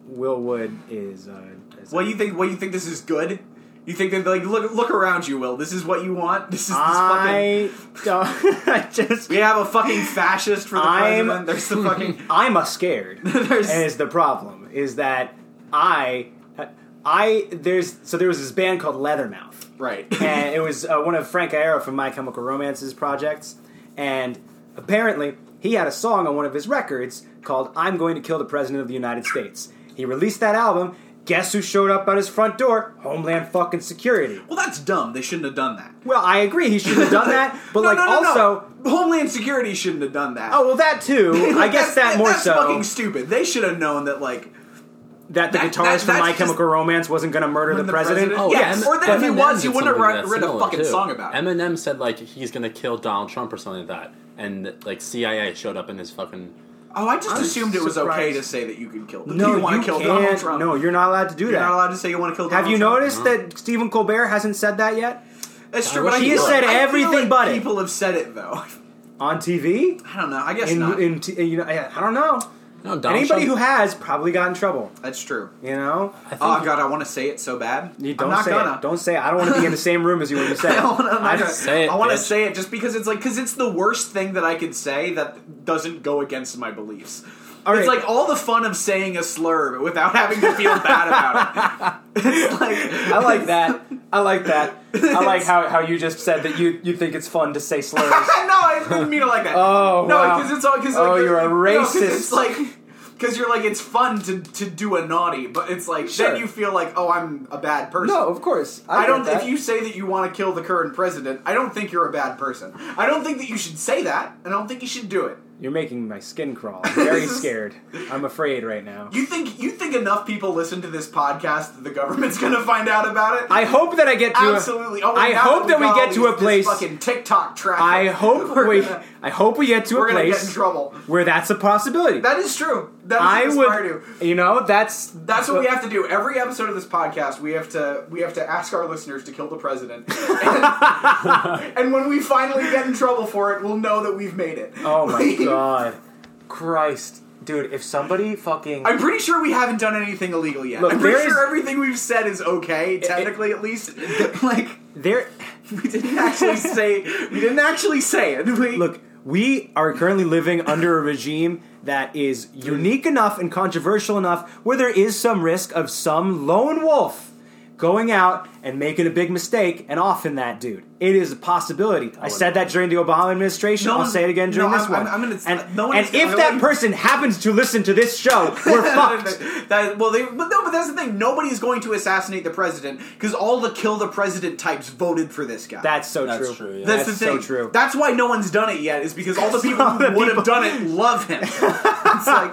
Speaker 3: Will Wood is. Uh, is
Speaker 2: What you think? What you think? This is good. You think that like look look around you, Will. This is what you want. This is this fucking.
Speaker 3: I don't. I just.
Speaker 2: We have a fucking fascist for the
Speaker 3: I'm-
Speaker 2: president. There's the fucking.
Speaker 3: I'm a scared.
Speaker 2: There's-
Speaker 3: is the problem is that I, I there's so there was this band called Leathermouth,
Speaker 2: right.
Speaker 3: and it was uh, one of Frank Iero from My Chemical Romance's projects, and apparently he had a song on one of his records called "I'm Going to Kill the President of the United States." He released that album. Guess who showed up at his front door? Homeland fucking Security.
Speaker 2: well, that's dumb. They shouldn't have done that.
Speaker 3: Well, I agree he shouldn't have done that, but
Speaker 2: No,
Speaker 3: like
Speaker 2: no, no, no.
Speaker 3: also.
Speaker 2: Homeland Security shouldn't have done that.
Speaker 3: Oh well, that too. I guess
Speaker 2: That's-
Speaker 3: that more
Speaker 2: that's
Speaker 3: so.
Speaker 2: fucking stupid. They should have known that like
Speaker 3: that the
Speaker 2: That- that-
Speaker 3: guitarist from
Speaker 2: that's
Speaker 3: My
Speaker 2: just-
Speaker 3: Chemical Romance wasn't going to murder the,
Speaker 2: the
Speaker 3: president.
Speaker 2: president- Oh,
Speaker 3: yeah,
Speaker 2: yes. Or that if he
Speaker 5: Eminem
Speaker 2: was, he
Speaker 5: did
Speaker 2: wouldn't have
Speaker 5: something
Speaker 2: wrote-
Speaker 5: that's
Speaker 2: written a
Speaker 5: similar,
Speaker 2: fucking song about it.
Speaker 5: Eminem said like he's gonna kill Donald Trump or something like that, and like CIA showed up in his fucking.
Speaker 2: oh I just assumed it was okay
Speaker 3: surprised.
Speaker 2: to say that you could kill.
Speaker 3: no,
Speaker 2: you want Oh, to kill Donald Trump?
Speaker 3: No, you're not allowed to do
Speaker 2: You're
Speaker 3: that.
Speaker 2: not allowed to say you want to kill.
Speaker 3: Have
Speaker 2: Donald
Speaker 3: you
Speaker 2: Trump.
Speaker 3: noticed that Stephen Colbert hasn't said that yet
Speaker 2: That's true.
Speaker 5: wish
Speaker 2: But I
Speaker 5: he
Speaker 2: feel
Speaker 5: had
Speaker 2: like-
Speaker 5: said
Speaker 2: I feel
Speaker 3: everything
Speaker 2: like
Speaker 3: but it.
Speaker 2: People have said it though.
Speaker 3: on TV?
Speaker 2: I don't know. I guess
Speaker 3: In,
Speaker 2: not.
Speaker 3: in t- you know, I I don't know.
Speaker 5: No, Donald
Speaker 3: Anybody
Speaker 5: Trump,
Speaker 3: who has probably got in trouble.
Speaker 2: That's true.
Speaker 3: You know,
Speaker 5: I think
Speaker 2: Oh god, I want to say it so bad.
Speaker 3: you don't
Speaker 2: I'm not
Speaker 3: say
Speaker 2: gonna.
Speaker 3: it. Don't say it. I don't want to be in the same room as you when you say it.
Speaker 2: I don't wanna- I'm not
Speaker 3: I
Speaker 2: gonna-
Speaker 3: just-
Speaker 5: say it,
Speaker 2: I want to
Speaker 5: bitch.
Speaker 2: say it just because it's like because it's the worst thing that I could say that doesn't go against my beliefs.
Speaker 3: All
Speaker 2: it's
Speaker 3: right.
Speaker 2: like all the fun of saying a slur but without having to feel bad about it. It's
Speaker 3: I
Speaker 2: like
Speaker 3: like that. I like that. I like how, how you just said that you, you think it's fun to say slurs.
Speaker 2: no, I didn't mean it like that.
Speaker 3: Oh,
Speaker 2: no,
Speaker 3: wow.
Speaker 2: because it's all because like,
Speaker 3: Oh, you're a
Speaker 2: no, 'cause
Speaker 3: racist.
Speaker 2: it's like because you're like it's fun to to do a naughty, but it's like
Speaker 3: Sure.
Speaker 2: then you feel like oh I'm a bad person.
Speaker 3: No, of course.
Speaker 2: I,
Speaker 3: get
Speaker 2: don't.
Speaker 3: that.
Speaker 2: If you say that you want to kill the current president, I don't think you're a bad person. I don't think that you should say that. and I don't think you should do it.
Speaker 3: You're making my skin crawl. I'm very
Speaker 2: This is-
Speaker 3: scared. I'm afraid right now.
Speaker 2: You think you think enough people listen to this podcast that the government's going to find out about it?
Speaker 3: I hope that I get to a-
Speaker 2: absolutely. Oh, and
Speaker 3: I
Speaker 2: now
Speaker 3: hope that we
Speaker 2: got
Speaker 3: get
Speaker 2: all
Speaker 3: to a
Speaker 2: these-
Speaker 3: place.
Speaker 2: This fucking TikTok traffic.
Speaker 3: I hope
Speaker 2: we're
Speaker 3: we.
Speaker 2: gonna,
Speaker 3: I hope we get to
Speaker 2: we're
Speaker 3: a
Speaker 2: gonna
Speaker 3: place
Speaker 2: get in trouble.
Speaker 3: where that's a possibility.
Speaker 2: That is true. That is
Speaker 3: I
Speaker 2: what we aspire
Speaker 3: would.
Speaker 2: to.
Speaker 3: You know, that's
Speaker 2: That's what we have to do. Every episode of this podcast, we have to we have to ask our listeners to kill the president, and, and when we finally get in trouble for it, we'll know that we've made it.
Speaker 3: Oh my
Speaker 2: Like,
Speaker 3: god, Christ, dude! If somebody fucking
Speaker 2: I'm pretty sure we haven't done anything illegal yet.
Speaker 3: Look,
Speaker 2: I'm pretty
Speaker 3: there is-
Speaker 2: sure everything we've said is okay, technically at least. like
Speaker 3: there,
Speaker 2: we didn't actually say we didn't actually say it. We,
Speaker 3: look, we are currently living under a regime that is unique enough and controversial enough where there is some risk of some lone wolf going out and making a big mistake and offing that dude. It is a possibility. I said that during the Obama administration.
Speaker 2: No
Speaker 3: I'll
Speaker 2: one-
Speaker 3: say it again during
Speaker 2: no,
Speaker 3: this
Speaker 2: I'm-
Speaker 3: one.
Speaker 2: I'm- I'm gonna-
Speaker 3: and
Speaker 2: no one
Speaker 3: and
Speaker 2: is gonna-
Speaker 3: if that person happens to listen to this show, we're fucked.
Speaker 2: That, well, they, but no, but that's the thing. Nobody's going to assassinate the president because all the kill the president types voted for this guy.
Speaker 3: That's so
Speaker 5: That's
Speaker 3: true.
Speaker 5: true, yeah.
Speaker 2: That's, the
Speaker 3: so
Speaker 2: thing.
Speaker 3: true.
Speaker 2: That's why no one's done it yet, is because all the people who would have done it love him. it's like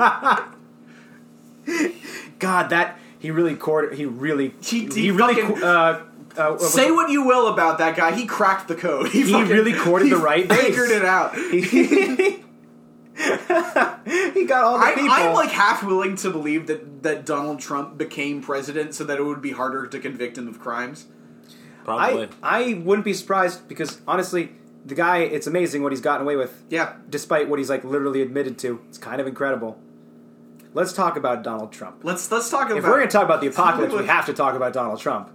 Speaker 3: God, that he really court. He really
Speaker 2: He-
Speaker 3: he,
Speaker 2: he
Speaker 3: really
Speaker 2: fucking-
Speaker 3: co- uh, uh, what was
Speaker 2: Say
Speaker 3: it?
Speaker 2: what you will about that guy, he cracked the code. He,
Speaker 3: He
Speaker 2: fucking-
Speaker 3: really courted
Speaker 2: he
Speaker 3: the right base.
Speaker 2: Figured it out.
Speaker 3: he got all the
Speaker 2: I,
Speaker 3: people.
Speaker 2: I'm like half willing to believe that that Donald Trump became president so that it would be harder to convict him of crimes.
Speaker 5: Probably.
Speaker 3: I I wouldn't be surprised because honestly, the guy it's amazing what he's gotten away with.
Speaker 2: Yeah,
Speaker 3: Despite what he's like literally admitted to, it's kind of incredible. Let's talk about Donald Trump.
Speaker 2: let's let's talk about.
Speaker 3: If we're going to talk about the apocalypse, we have to talk about Donald Trump.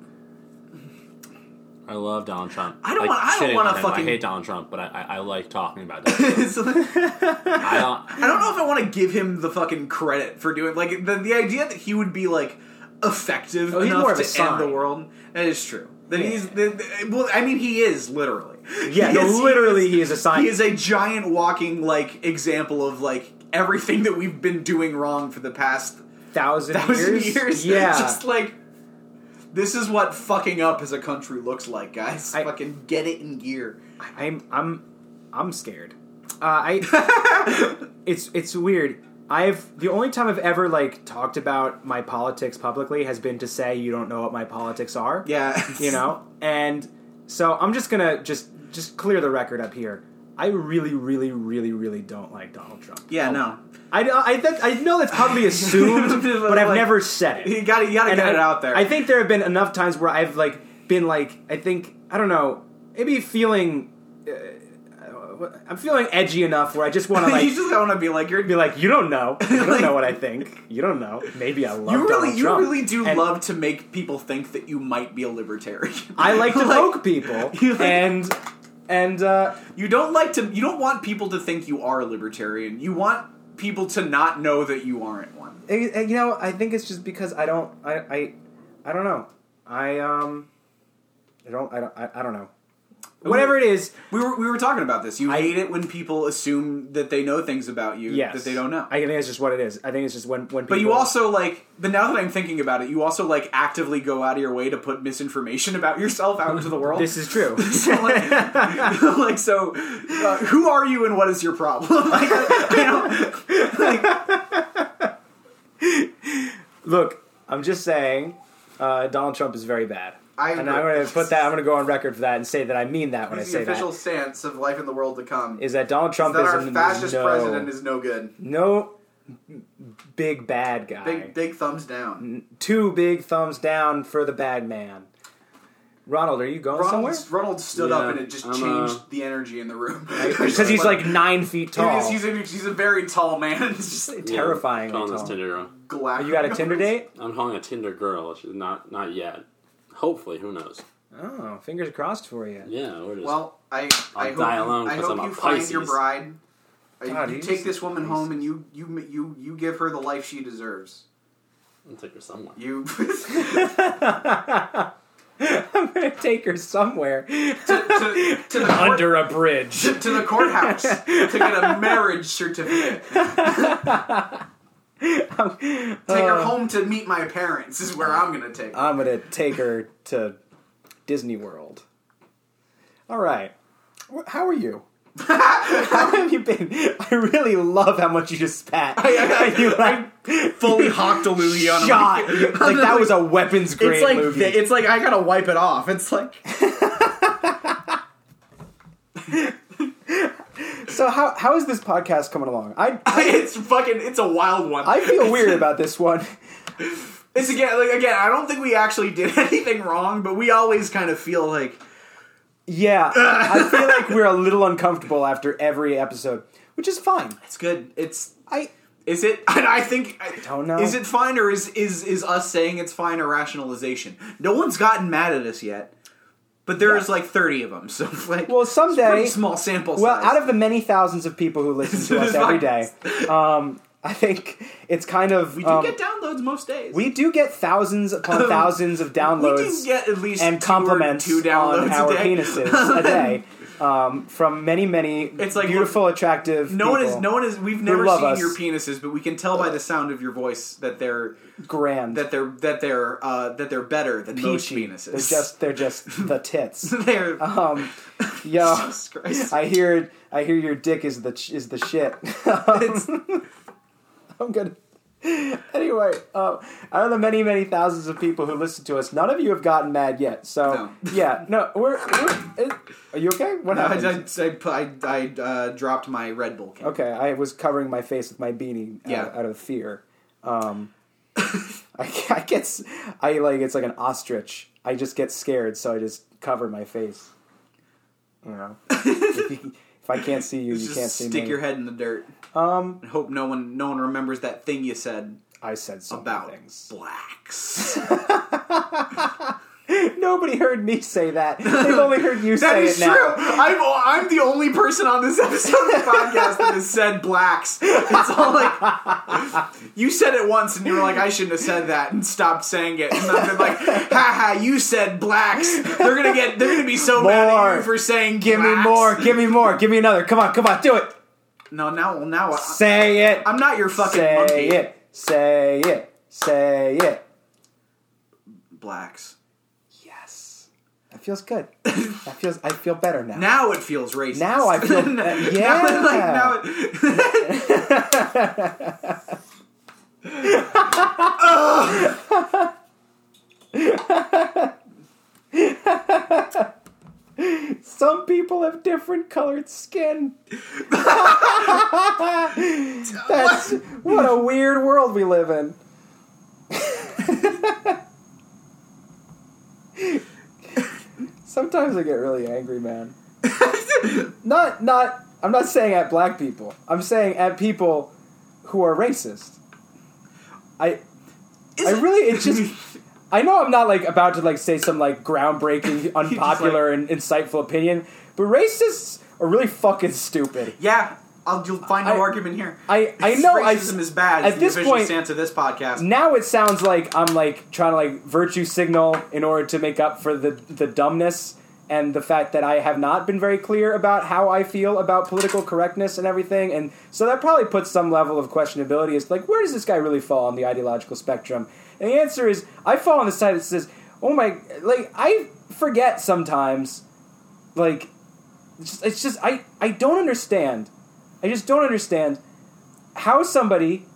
Speaker 5: I love Donald Trump.
Speaker 2: I don't
Speaker 5: Like,
Speaker 2: want- I don't
Speaker 5: shitting
Speaker 2: wanna
Speaker 5: on him.
Speaker 2: fucking-
Speaker 5: I hate Donald Trump, but I, I, I like talking about Donald. Trump.
Speaker 2: It's like-
Speaker 5: I don't.
Speaker 2: I don't know if I want to give him the fucking credit for doing like the, the idea that he would be like effective
Speaker 3: Oh, he's
Speaker 2: enough
Speaker 3: more of a
Speaker 2: to
Speaker 3: sign.
Speaker 2: end the world. That is true. That
Speaker 3: Yeah.
Speaker 2: he's the, the- well. I mean, he is literally.
Speaker 3: Yeah,
Speaker 2: He
Speaker 3: no,
Speaker 2: is-
Speaker 3: literally, he is a sign.
Speaker 2: He is a giant walking like example of like everything that we've been doing wrong for the past
Speaker 3: thousand,
Speaker 2: thousand
Speaker 3: years.
Speaker 2: years.
Speaker 3: Yeah.
Speaker 2: just like this is what fucking up as a country looks like, guys.
Speaker 3: I-
Speaker 2: fucking get it in gear.
Speaker 3: I'm I'm I'm scared. Uh, I it's it's weird. I've the only time I've ever like talked about my politics publicly has been to say you don't know what my politics are.
Speaker 2: Yeah,
Speaker 3: you know and so i'm just gonna just just clear the record up here i really really really really don't like donald trump
Speaker 2: Yeah, no.
Speaker 3: i, I, that, I know that's probably assumed but i've
Speaker 2: Like-
Speaker 3: never said
Speaker 2: You
Speaker 3: it
Speaker 2: got to you got to
Speaker 3: And
Speaker 2: get
Speaker 3: I,
Speaker 2: it out there.
Speaker 3: i think there have been enough times where i've like been like i think i don't know maybe feeling uh, i'm feeling edgy enough where i just want to
Speaker 2: you
Speaker 3: like
Speaker 2: just want to be like you're
Speaker 3: be like you don't know you don't
Speaker 2: Like-
Speaker 3: know what i think you don't know maybe i love
Speaker 2: you really
Speaker 3: Donald
Speaker 2: you
Speaker 3: Trump.
Speaker 2: really do
Speaker 3: And-
Speaker 2: love to make people think that you might be a libertarian.
Speaker 3: I like to
Speaker 2: Like,
Speaker 3: poke people,
Speaker 2: you like-
Speaker 3: and and uh,
Speaker 2: you don't like to you don't want people to think you are a libertarian. You want people to not know that you aren't one.
Speaker 3: I- I- you know, I think it's just because I don't, I, I, I don't know. I um, I don't, I don't, I, I don't know. Whatever it is,
Speaker 2: We were we were talking about this. You hate it when people assume that they know things about you
Speaker 3: yes,
Speaker 2: that they don't know.
Speaker 3: I think it's just what it is. I think it's just when when. People,
Speaker 2: but you also like, but now that I'm thinking about it, you also like actively go out of your way to put misinformation about yourself out into the world.
Speaker 3: this is true.
Speaker 2: so like, like, so, uh, who are you and what is your problem? like, you know,
Speaker 3: Look, I'm just saying, uh, Donald Trump is very bad.
Speaker 4: I
Speaker 3: and
Speaker 4: agree.
Speaker 3: I'm going to put that. I'm going to go on record for that and say that I mean that when
Speaker 4: This is
Speaker 3: I
Speaker 4: the
Speaker 3: say
Speaker 4: official
Speaker 3: that.
Speaker 4: stance of life in the world to come.
Speaker 3: Is that Donald Trump
Speaker 4: that
Speaker 3: is
Speaker 4: our
Speaker 3: n-
Speaker 4: fascist
Speaker 3: no,
Speaker 4: president is no good.
Speaker 3: no big bad guy.
Speaker 4: Big big thumbs down.
Speaker 3: two big thumbs down for the bad man. Ronald, are you going somewhere?
Speaker 4: Ronald, Ronald stood
Speaker 5: Yeah,
Speaker 4: up and it just
Speaker 5: I'm, uh,
Speaker 4: changed the energy in the room.
Speaker 3: Because he's like nine feet
Speaker 4: He
Speaker 3: tall.
Speaker 4: is- he's, a, he's a very tall man. It's just like
Speaker 5: Yeah,
Speaker 3: terrifying.
Speaker 5: calling this
Speaker 3: tall.
Speaker 5: Tinder girl.
Speaker 4: glass.
Speaker 3: You got a Tinder date?
Speaker 5: I'm calling a Tinder girl. She's not not yet. Hopefully, who knows?
Speaker 3: Oh, fingers crossed for you.
Speaker 5: Yeah. We're just,
Speaker 4: Well, I, I
Speaker 5: I'll
Speaker 4: hope
Speaker 5: die
Speaker 4: you,
Speaker 5: alone
Speaker 4: I
Speaker 5: 'cause I'm
Speaker 4: hope
Speaker 5: a
Speaker 4: you find your
Speaker 5: Pisces.
Speaker 4: bride. I-
Speaker 3: God,
Speaker 4: you
Speaker 3: he's
Speaker 4: take
Speaker 3: just
Speaker 4: this
Speaker 3: a
Speaker 4: woman home and you you you you give her the life she deserves.
Speaker 5: I'll take her somewhere.
Speaker 4: You
Speaker 3: I'm gonna take her somewhere
Speaker 4: to, to the court-
Speaker 3: under a bridge.
Speaker 4: to the courthouse to get a marriage certificate. Take her
Speaker 3: Uh.
Speaker 4: home to meet my parents is where I'm gonna take. her.
Speaker 3: I'm gonna take her to Disney World. All right. Wh- How are you? how have you been? I really love how much you just spat. you like
Speaker 2: fully hawked a loogie on him.
Speaker 3: shot. You- Like that was a weapons grade
Speaker 2: It's like
Speaker 3: movie.
Speaker 2: it's like I gotta wipe it off. It's like
Speaker 3: So how how is this podcast coming along? I
Speaker 2: it's fucking it's a wild one.
Speaker 3: I feel weird about this one.
Speaker 2: It's again like again. I don't think we actually did anything wrong, but we always kind of feel like
Speaker 3: Yeah, I feel like we're a little uncomfortable after every episode, which is fine.
Speaker 2: it's good. It's
Speaker 3: I
Speaker 2: is it? And I think I
Speaker 3: don't know.
Speaker 2: Is it fine or is is is us saying it's fine a rationalization? No one's gotten mad at us yet, but there's like thirty of them. So like,
Speaker 3: well someday.
Speaker 2: pretty small sample
Speaker 3: Well,
Speaker 2: size.
Speaker 3: out of the many thousands of people who listen to us every day, um, I think it's kind of
Speaker 2: we do
Speaker 3: um,
Speaker 2: get downloads most days.
Speaker 3: we do get thousands upon thousands of
Speaker 2: we
Speaker 3: downloads.
Speaker 2: do get at least
Speaker 3: and
Speaker 2: two or
Speaker 3: compliments
Speaker 2: two downloads
Speaker 3: on our
Speaker 2: a day.
Speaker 3: penises a day um, from many, many
Speaker 2: It's like,
Speaker 3: beautiful, attractive.
Speaker 2: No one is.
Speaker 3: people.
Speaker 2: No one is. We've never
Speaker 3: love
Speaker 2: seen
Speaker 3: us.
Speaker 2: your penises, but we can tell by the sound of your voice that they're
Speaker 3: grand.
Speaker 2: that they're that they're uh, that they're better than most
Speaker 3: peachy.
Speaker 2: penises.
Speaker 3: They're just they're just the tits.
Speaker 2: they're
Speaker 3: Um, yo,
Speaker 2: Jesus Christ.
Speaker 3: I hear I hear your dick is the ch- is the shit.
Speaker 2: It's-
Speaker 3: I'm gonna Anyway, uh, out of the many, many thousands of people who listen to us, none of you have gotten mad yet. So,
Speaker 4: No.
Speaker 3: yeah, no, we're. we're it, are you okay? What
Speaker 4: I,
Speaker 3: happened?
Speaker 4: I, I, pu- I, I uh, dropped my Red Bull can.
Speaker 3: okay, I was covering my face with my beanie out,
Speaker 4: Yeah.
Speaker 3: out of fear. Um, I, I get. s- I like. It's like an ostrich. I just get scared, so I just cover my face. You know? if, you- if I can't see you, you
Speaker 4: Just
Speaker 3: can't see
Speaker 4: stick
Speaker 3: me.
Speaker 4: your head in the dirt
Speaker 3: um,
Speaker 4: and hope no one no one remembers that thing you said
Speaker 3: I said so many
Speaker 4: about
Speaker 3: things.
Speaker 4: blacks.
Speaker 3: Nobody heard me say that. They've only heard you
Speaker 4: That
Speaker 3: say
Speaker 4: is
Speaker 3: it now.
Speaker 4: true. I'm, I'm the only person on this episode of the podcast that has said blacks. It's all like you said it once, and you were like, "I shouldn't have said that," and stopped saying it. And I've been like, "Ha ha! You said blacks. They're gonna get. They're gonna be so mad at
Speaker 3: More.
Speaker 4: you for saying
Speaker 3: Give me
Speaker 4: blacks."
Speaker 3: more. Give me more. Give me another. Come on. Come on. Do it.
Speaker 4: No, now, well, now I,
Speaker 3: Say it.
Speaker 4: I'm not your fucking
Speaker 3: Say
Speaker 4: monkey.
Speaker 3: it. Say it. Say it.
Speaker 4: Blacks.
Speaker 3: Yes. That feels good. That feels. I feel better now.
Speaker 4: Now it feels racist.
Speaker 3: Now I feel. yeah.
Speaker 4: Now it, like now it,
Speaker 3: Some people have different colored skin. That's what a weird world we live in. Sometimes I get really angry, man. not not I'm not saying at black people. I'm saying at people who are racist. I I really it just I know I'm not like about to like say some like groundbreaking, unpopular and insightful opinion, but racists are really fucking stupid.
Speaker 4: yeah. I'll, you'll find no
Speaker 3: I-
Speaker 4: argument here.
Speaker 3: I I know I
Speaker 4: racism is bad.
Speaker 3: at
Speaker 4: is
Speaker 3: this
Speaker 4: the official
Speaker 3: point-
Speaker 4: stance of this podcast.
Speaker 3: now it sounds like I'm like trying to like virtue signal in order to make up for the the dumbness and the fact that I have not been very clear about how I feel about political correctness and everything, and so that probably puts some level of questionability as to, like where does this guy really fall on the ideological spectrum? And the answer is I fall on the side that says, oh my, like I forget sometimes, like it's just, it's just I I don't understand, I just don't understand how somebody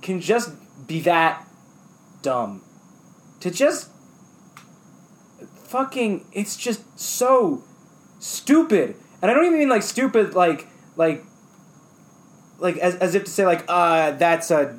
Speaker 3: can just be that dumb. To just fucking it's just so stupid. And I don't even mean like stupid like like like as, as if to say like uh that's a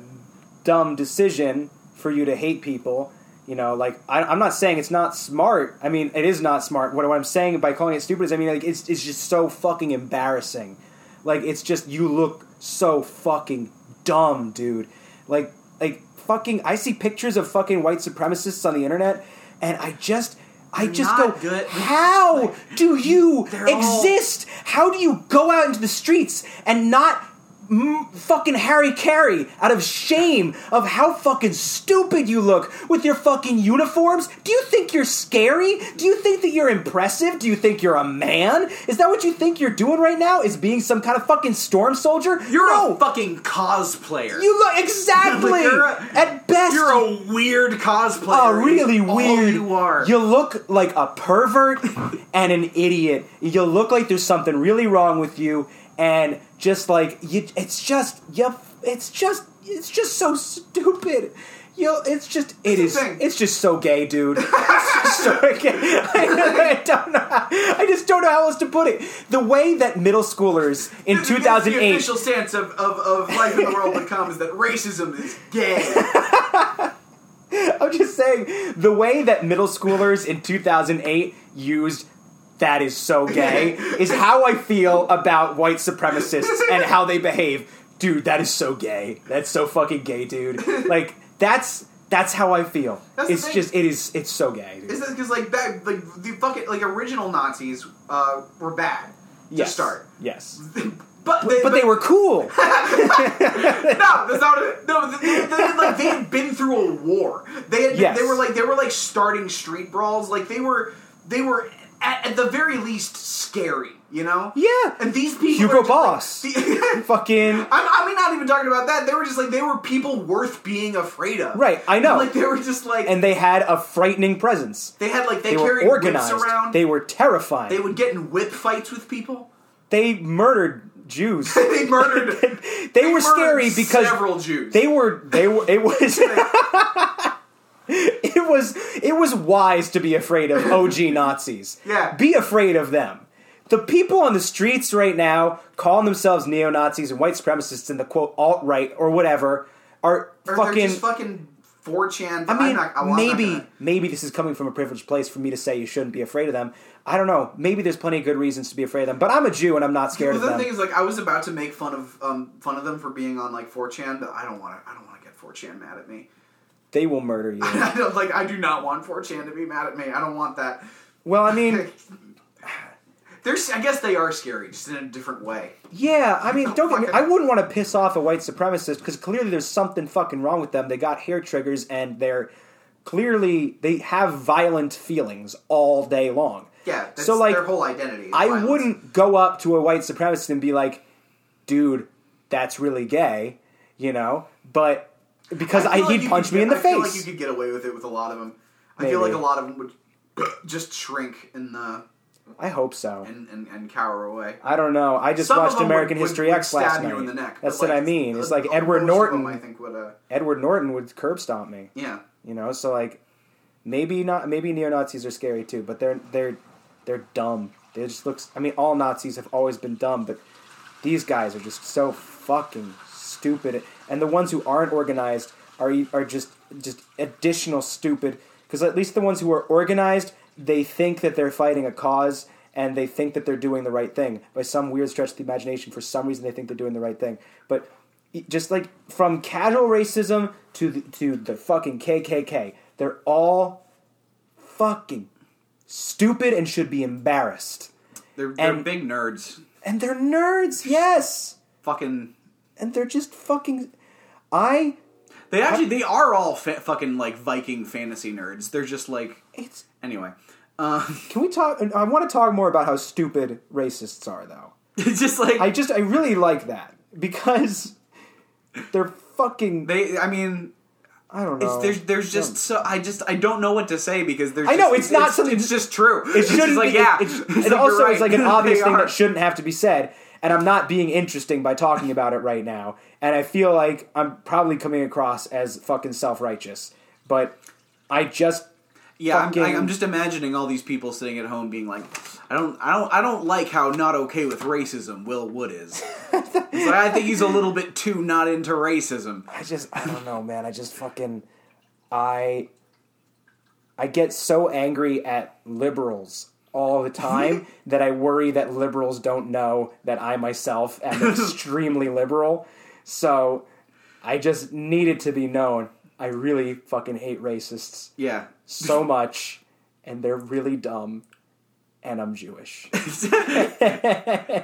Speaker 3: dumb decision for you to hate people. You know, like I, I'm not saying it's not smart. I mean, it is not smart. What, what I'm saying by calling it stupid is, I mean, like it's it's just so fucking embarrassing. Like it's just you look so fucking dumb, dude. Like like fucking. I see pictures of fucking white supremacists on the internet, and I just I just go,
Speaker 4: not good.
Speaker 3: how do you
Speaker 4: They're all-
Speaker 3: exist? How do you go out into the streets and not m- fucking Harry Carey out of shame of how fucking stupid you look with your fucking uniforms? Do you think you're scary? Do you think that you're impressive? Do you think you're a man? Is that what you think you're doing right now? Is being some kind of fucking storm soldier?
Speaker 4: You're
Speaker 3: no.
Speaker 4: a fucking cosplayer.
Speaker 3: you look exactly
Speaker 4: You're a-
Speaker 3: at best.
Speaker 4: You're a weird cosplayer.
Speaker 3: Oh, really
Speaker 4: It's all
Speaker 3: weird.
Speaker 4: you are.
Speaker 3: You look like a pervert and an idiot. You look like there's something really wrong with you, and just like you, it's just you, it's just it's just so stupid. You, it's just it is.
Speaker 4: the thing.
Speaker 3: It's just so gay, dude. It's just so gay. I, don't know. how- I just don't know how else to put it. The way that middle schoolers in
Speaker 4: This is
Speaker 3: 2008
Speaker 4: The official stance of, of, of life in the world becomes that racism is gay.
Speaker 3: I'm just saying the way that middle schoolers in 2008 used that is so gay is how I feel about white supremacists and how they behave. Dude, that is so gay. That's so fucking gay, dude. Like that's that's how I feel.
Speaker 4: That's the
Speaker 3: it's
Speaker 4: thing.
Speaker 3: just it is it's so gay, dude.
Speaker 4: Is that because like that like the fucking like original Nazis uh, were bad
Speaker 3: yes.
Speaker 4: to start,
Speaker 3: Yes.
Speaker 4: but they,
Speaker 3: But they were cool.
Speaker 4: no, that's not it. No, they, they, they- like they had been through a war. They had,
Speaker 3: Yes.
Speaker 4: they were like they were like starting street brawls. Like they were they were at, at the very least scary. You know?
Speaker 3: Yeah.
Speaker 4: And these people
Speaker 3: Hugo
Speaker 4: are just, like,
Speaker 3: Boss.
Speaker 4: the-
Speaker 3: fucking
Speaker 4: I'm, I mean, not even talking about that. They were just like they were people worth being afraid of.
Speaker 3: Right, I know.
Speaker 4: Like they were just like
Speaker 3: and they had a frightening presence.
Speaker 4: they had like
Speaker 3: They
Speaker 4: they,
Speaker 3: were
Speaker 4: carried whips
Speaker 3: organized.
Speaker 4: around.
Speaker 3: They were terrifying.
Speaker 4: They would get in whip fights with people.
Speaker 3: they murdered Jews.
Speaker 4: they murdered.
Speaker 3: they, were scary
Speaker 4: murdered
Speaker 3: because
Speaker 4: several Jews.
Speaker 3: they were they were it was it was it was wise to be afraid of OG Nazis.
Speaker 4: Yeah.
Speaker 3: Be afraid of them. The people on the streets right now calling themselves neo Nazis and white supremacists and the quote alt right or whatever are
Speaker 4: or
Speaker 3: fucking
Speaker 4: they're just fucking 4chan.
Speaker 3: I mean, maybe
Speaker 4: Not gonna-
Speaker 3: maybe this is coming from a privileged place for me to say you shouldn't be afraid of them. I don't know. Maybe there's plenty of good reasons to be afraid of them, but I'm a Jew and I'm not scared
Speaker 4: Well, the
Speaker 3: of
Speaker 4: thing
Speaker 3: them.
Speaker 4: is, like, I was about to make fun of um, fun of them for being on like 4chan, but I don't want to. I don't want to get 4chan mad at me.
Speaker 3: They will murder you.
Speaker 4: I don't, like, I do not want 4chan to be mad at me. I don't want that.
Speaker 3: well, I mean,
Speaker 4: There's, I guess they are scary, just in a different way.
Speaker 3: yeah, I mean, don't get me.
Speaker 4: fucking-
Speaker 3: I wouldn't want to piss off a white supremacist because clearly there's something fucking wrong with them. They got hair triggers and they're clearly they have violent feelings all day long.
Speaker 4: Yeah, that's
Speaker 3: So, like,
Speaker 4: their whole identity. is
Speaker 3: I
Speaker 4: violence.
Speaker 3: wouldn't go up to a white supremacist and be like, dude, that's really gay, you know? But because I,
Speaker 4: feel like
Speaker 3: he'd
Speaker 4: you
Speaker 3: punch
Speaker 4: could
Speaker 3: me in the
Speaker 4: get- I feel
Speaker 3: face.
Speaker 4: like you could get away with it with a lot of them. I feel
Speaker 3: Maybe.
Speaker 4: like a lot of them would just shrink and uh,
Speaker 3: I hope so.
Speaker 4: and, and and cower away.
Speaker 3: I don't know. I just
Speaker 4: Some of
Speaker 3: watched
Speaker 4: them
Speaker 3: American
Speaker 4: would- would-
Speaker 3: History
Speaker 4: would
Speaker 3: X last
Speaker 4: stab
Speaker 3: night.
Speaker 4: you in the neck,
Speaker 3: that's
Speaker 4: but,
Speaker 3: what I mean. It's
Speaker 4: uh,
Speaker 3: like
Speaker 4: most
Speaker 3: Edward
Speaker 4: of
Speaker 3: Norton.
Speaker 4: them, I think would. Uh,
Speaker 3: Edward Norton would curb stomp me.
Speaker 4: yeah,
Speaker 3: You know, so like maybe not maybe neo Nazis are scary too, but they're they're they're dumb. They just looks I mean all Nazis have always been dumb, but these guys are just so fucking stupid. And the ones who aren't organized are e- are just just additional stupid because at least the ones who are organized, they think that they're fighting a cause and they think that they're doing the right thing. By some weird stretch of the imagination, for some reason they think they're doing the right thing. But just like from casual racism to the, to the fucking KKK, they're all fucking stupid and should be embarrassed.
Speaker 2: They're, they're
Speaker 3: And-
Speaker 2: big nerds.
Speaker 3: And they're nerds, yes.
Speaker 2: Fucking.
Speaker 3: And they're just fucking. I
Speaker 2: They actually they are all fa- fucking like Viking fantasy nerds. They're just like
Speaker 3: it's.
Speaker 2: anyway. Um,
Speaker 3: Can we talk? I want to talk more about how stupid racists are, though.
Speaker 2: it's just like
Speaker 3: I just I really like that because they're fucking.
Speaker 2: they. I mean,
Speaker 3: I don't
Speaker 2: It's,
Speaker 3: know.
Speaker 2: there's there's just so I just I don't know what to say because there's
Speaker 3: Hmm. I know,
Speaker 2: just-
Speaker 3: it's not something-
Speaker 2: it's just true
Speaker 3: it shouldn't
Speaker 2: just like
Speaker 3: be.
Speaker 2: yeah
Speaker 3: it- it's-
Speaker 2: It's
Speaker 3: and
Speaker 2: like,
Speaker 3: also
Speaker 2: you're
Speaker 3: it's like an
Speaker 2: right.
Speaker 3: obvious
Speaker 2: They
Speaker 3: thing
Speaker 2: are.
Speaker 3: that shouldn't have to be said. And I'm not being interesting by talking about it right now. And I feel like I'm probably coming across as fucking self righteous, but I just
Speaker 2: yeah I'm, I,
Speaker 3: fucking-
Speaker 2: I'm just imagining all these people sitting at home being like I don't I don't I don't like how not okay with racism Will Wood is It's like, I think he's a little bit too not into racism
Speaker 3: I just I don't know, man. I just fucking I I get so angry at liberals all the time that I worry that liberals don't know that I myself am extremely liberal. So I just needed to be known. I really fucking hate racists
Speaker 2: yeah
Speaker 3: so much and they're really dumb and I'm Jewish.
Speaker 2: and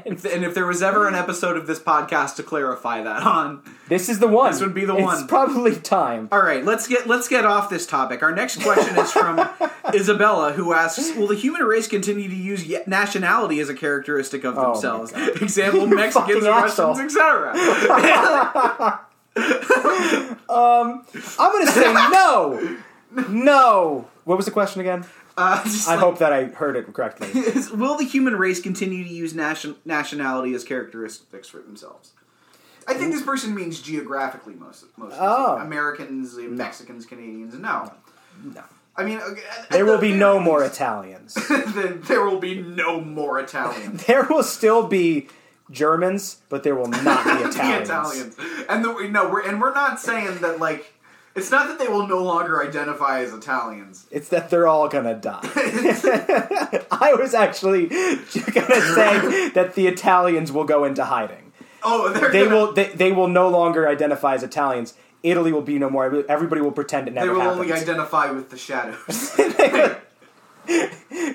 Speaker 2: if there was ever an episode of this podcast to clarify that on
Speaker 3: This is the one. This
Speaker 2: would be the one.
Speaker 3: It's probably time.
Speaker 2: All right, let's get let's get off this topic. Our next question is from Isabella, who asks, "Will the human race continue to use ye- nationality as a characteristic of
Speaker 3: Oh my
Speaker 2: themselves? Example: Mexicans,
Speaker 3: fucking asshole.
Speaker 2: Russians, etc."
Speaker 3: I'm gonna say no. No. What was the question again?
Speaker 2: Uh, just
Speaker 3: I
Speaker 2: like,
Speaker 3: hope that I heard it correctly.
Speaker 2: is- will the human race continue to use nation- nationality as characteristics for themselves?
Speaker 4: I think this person means geographically most most
Speaker 3: Oh.
Speaker 4: Americans, Mexicans, Canadians. No,
Speaker 3: No.
Speaker 4: I mean okay, at- at
Speaker 3: There
Speaker 4: the
Speaker 3: will be
Speaker 4: very
Speaker 3: no more
Speaker 4: least,
Speaker 3: Italians.
Speaker 4: the- there will be no more Italians.
Speaker 3: There will still be Germans, but there will not be
Speaker 4: the
Speaker 3: Italians.
Speaker 4: Italians, and the, no, we're and we're not saying that like it's not that they will no longer identify as Italians.
Speaker 3: It's that they're all gonna die. I was actually gonna say that the Italians will go into hiding.
Speaker 4: Oh, they're
Speaker 3: They
Speaker 4: gonna-
Speaker 3: will. They, they will no longer identify as Italians. Italy will be no more. Everybody will pretend it
Speaker 4: They
Speaker 3: never
Speaker 4: will
Speaker 3: happened.
Speaker 4: only identify with the shadows.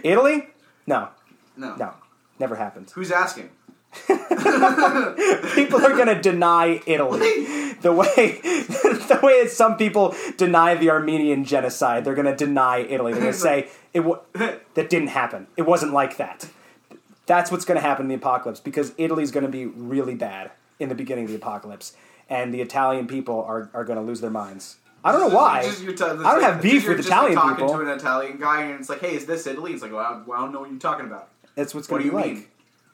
Speaker 3: Italy? No,
Speaker 4: no.
Speaker 3: no, never happened.
Speaker 4: Who's asking?
Speaker 3: people are going to deny Italy the way the way that some people deny the Armenian genocide. They're going to deny Italy. They're going to say it wa that didn't happen. It wasn't like that. That's what's going to happen in the apocalypse because Italy's going to be really bad in the beginning of the apocalypse, and the Italian people are are going to lose their minds. I don't know why.
Speaker 4: Just your t-
Speaker 3: I don't have
Speaker 4: just
Speaker 3: beef
Speaker 4: your-
Speaker 3: with
Speaker 4: just your
Speaker 3: Italian
Speaker 4: talking
Speaker 3: people.
Speaker 4: to an Italian guy, and it's like, "Hey, is this Italy?" It's like, "Well, I well, I don't know what you're talking about."
Speaker 3: That's what's
Speaker 4: What
Speaker 3: going
Speaker 4: do
Speaker 3: to
Speaker 4: you
Speaker 3: be like.
Speaker 4: mean?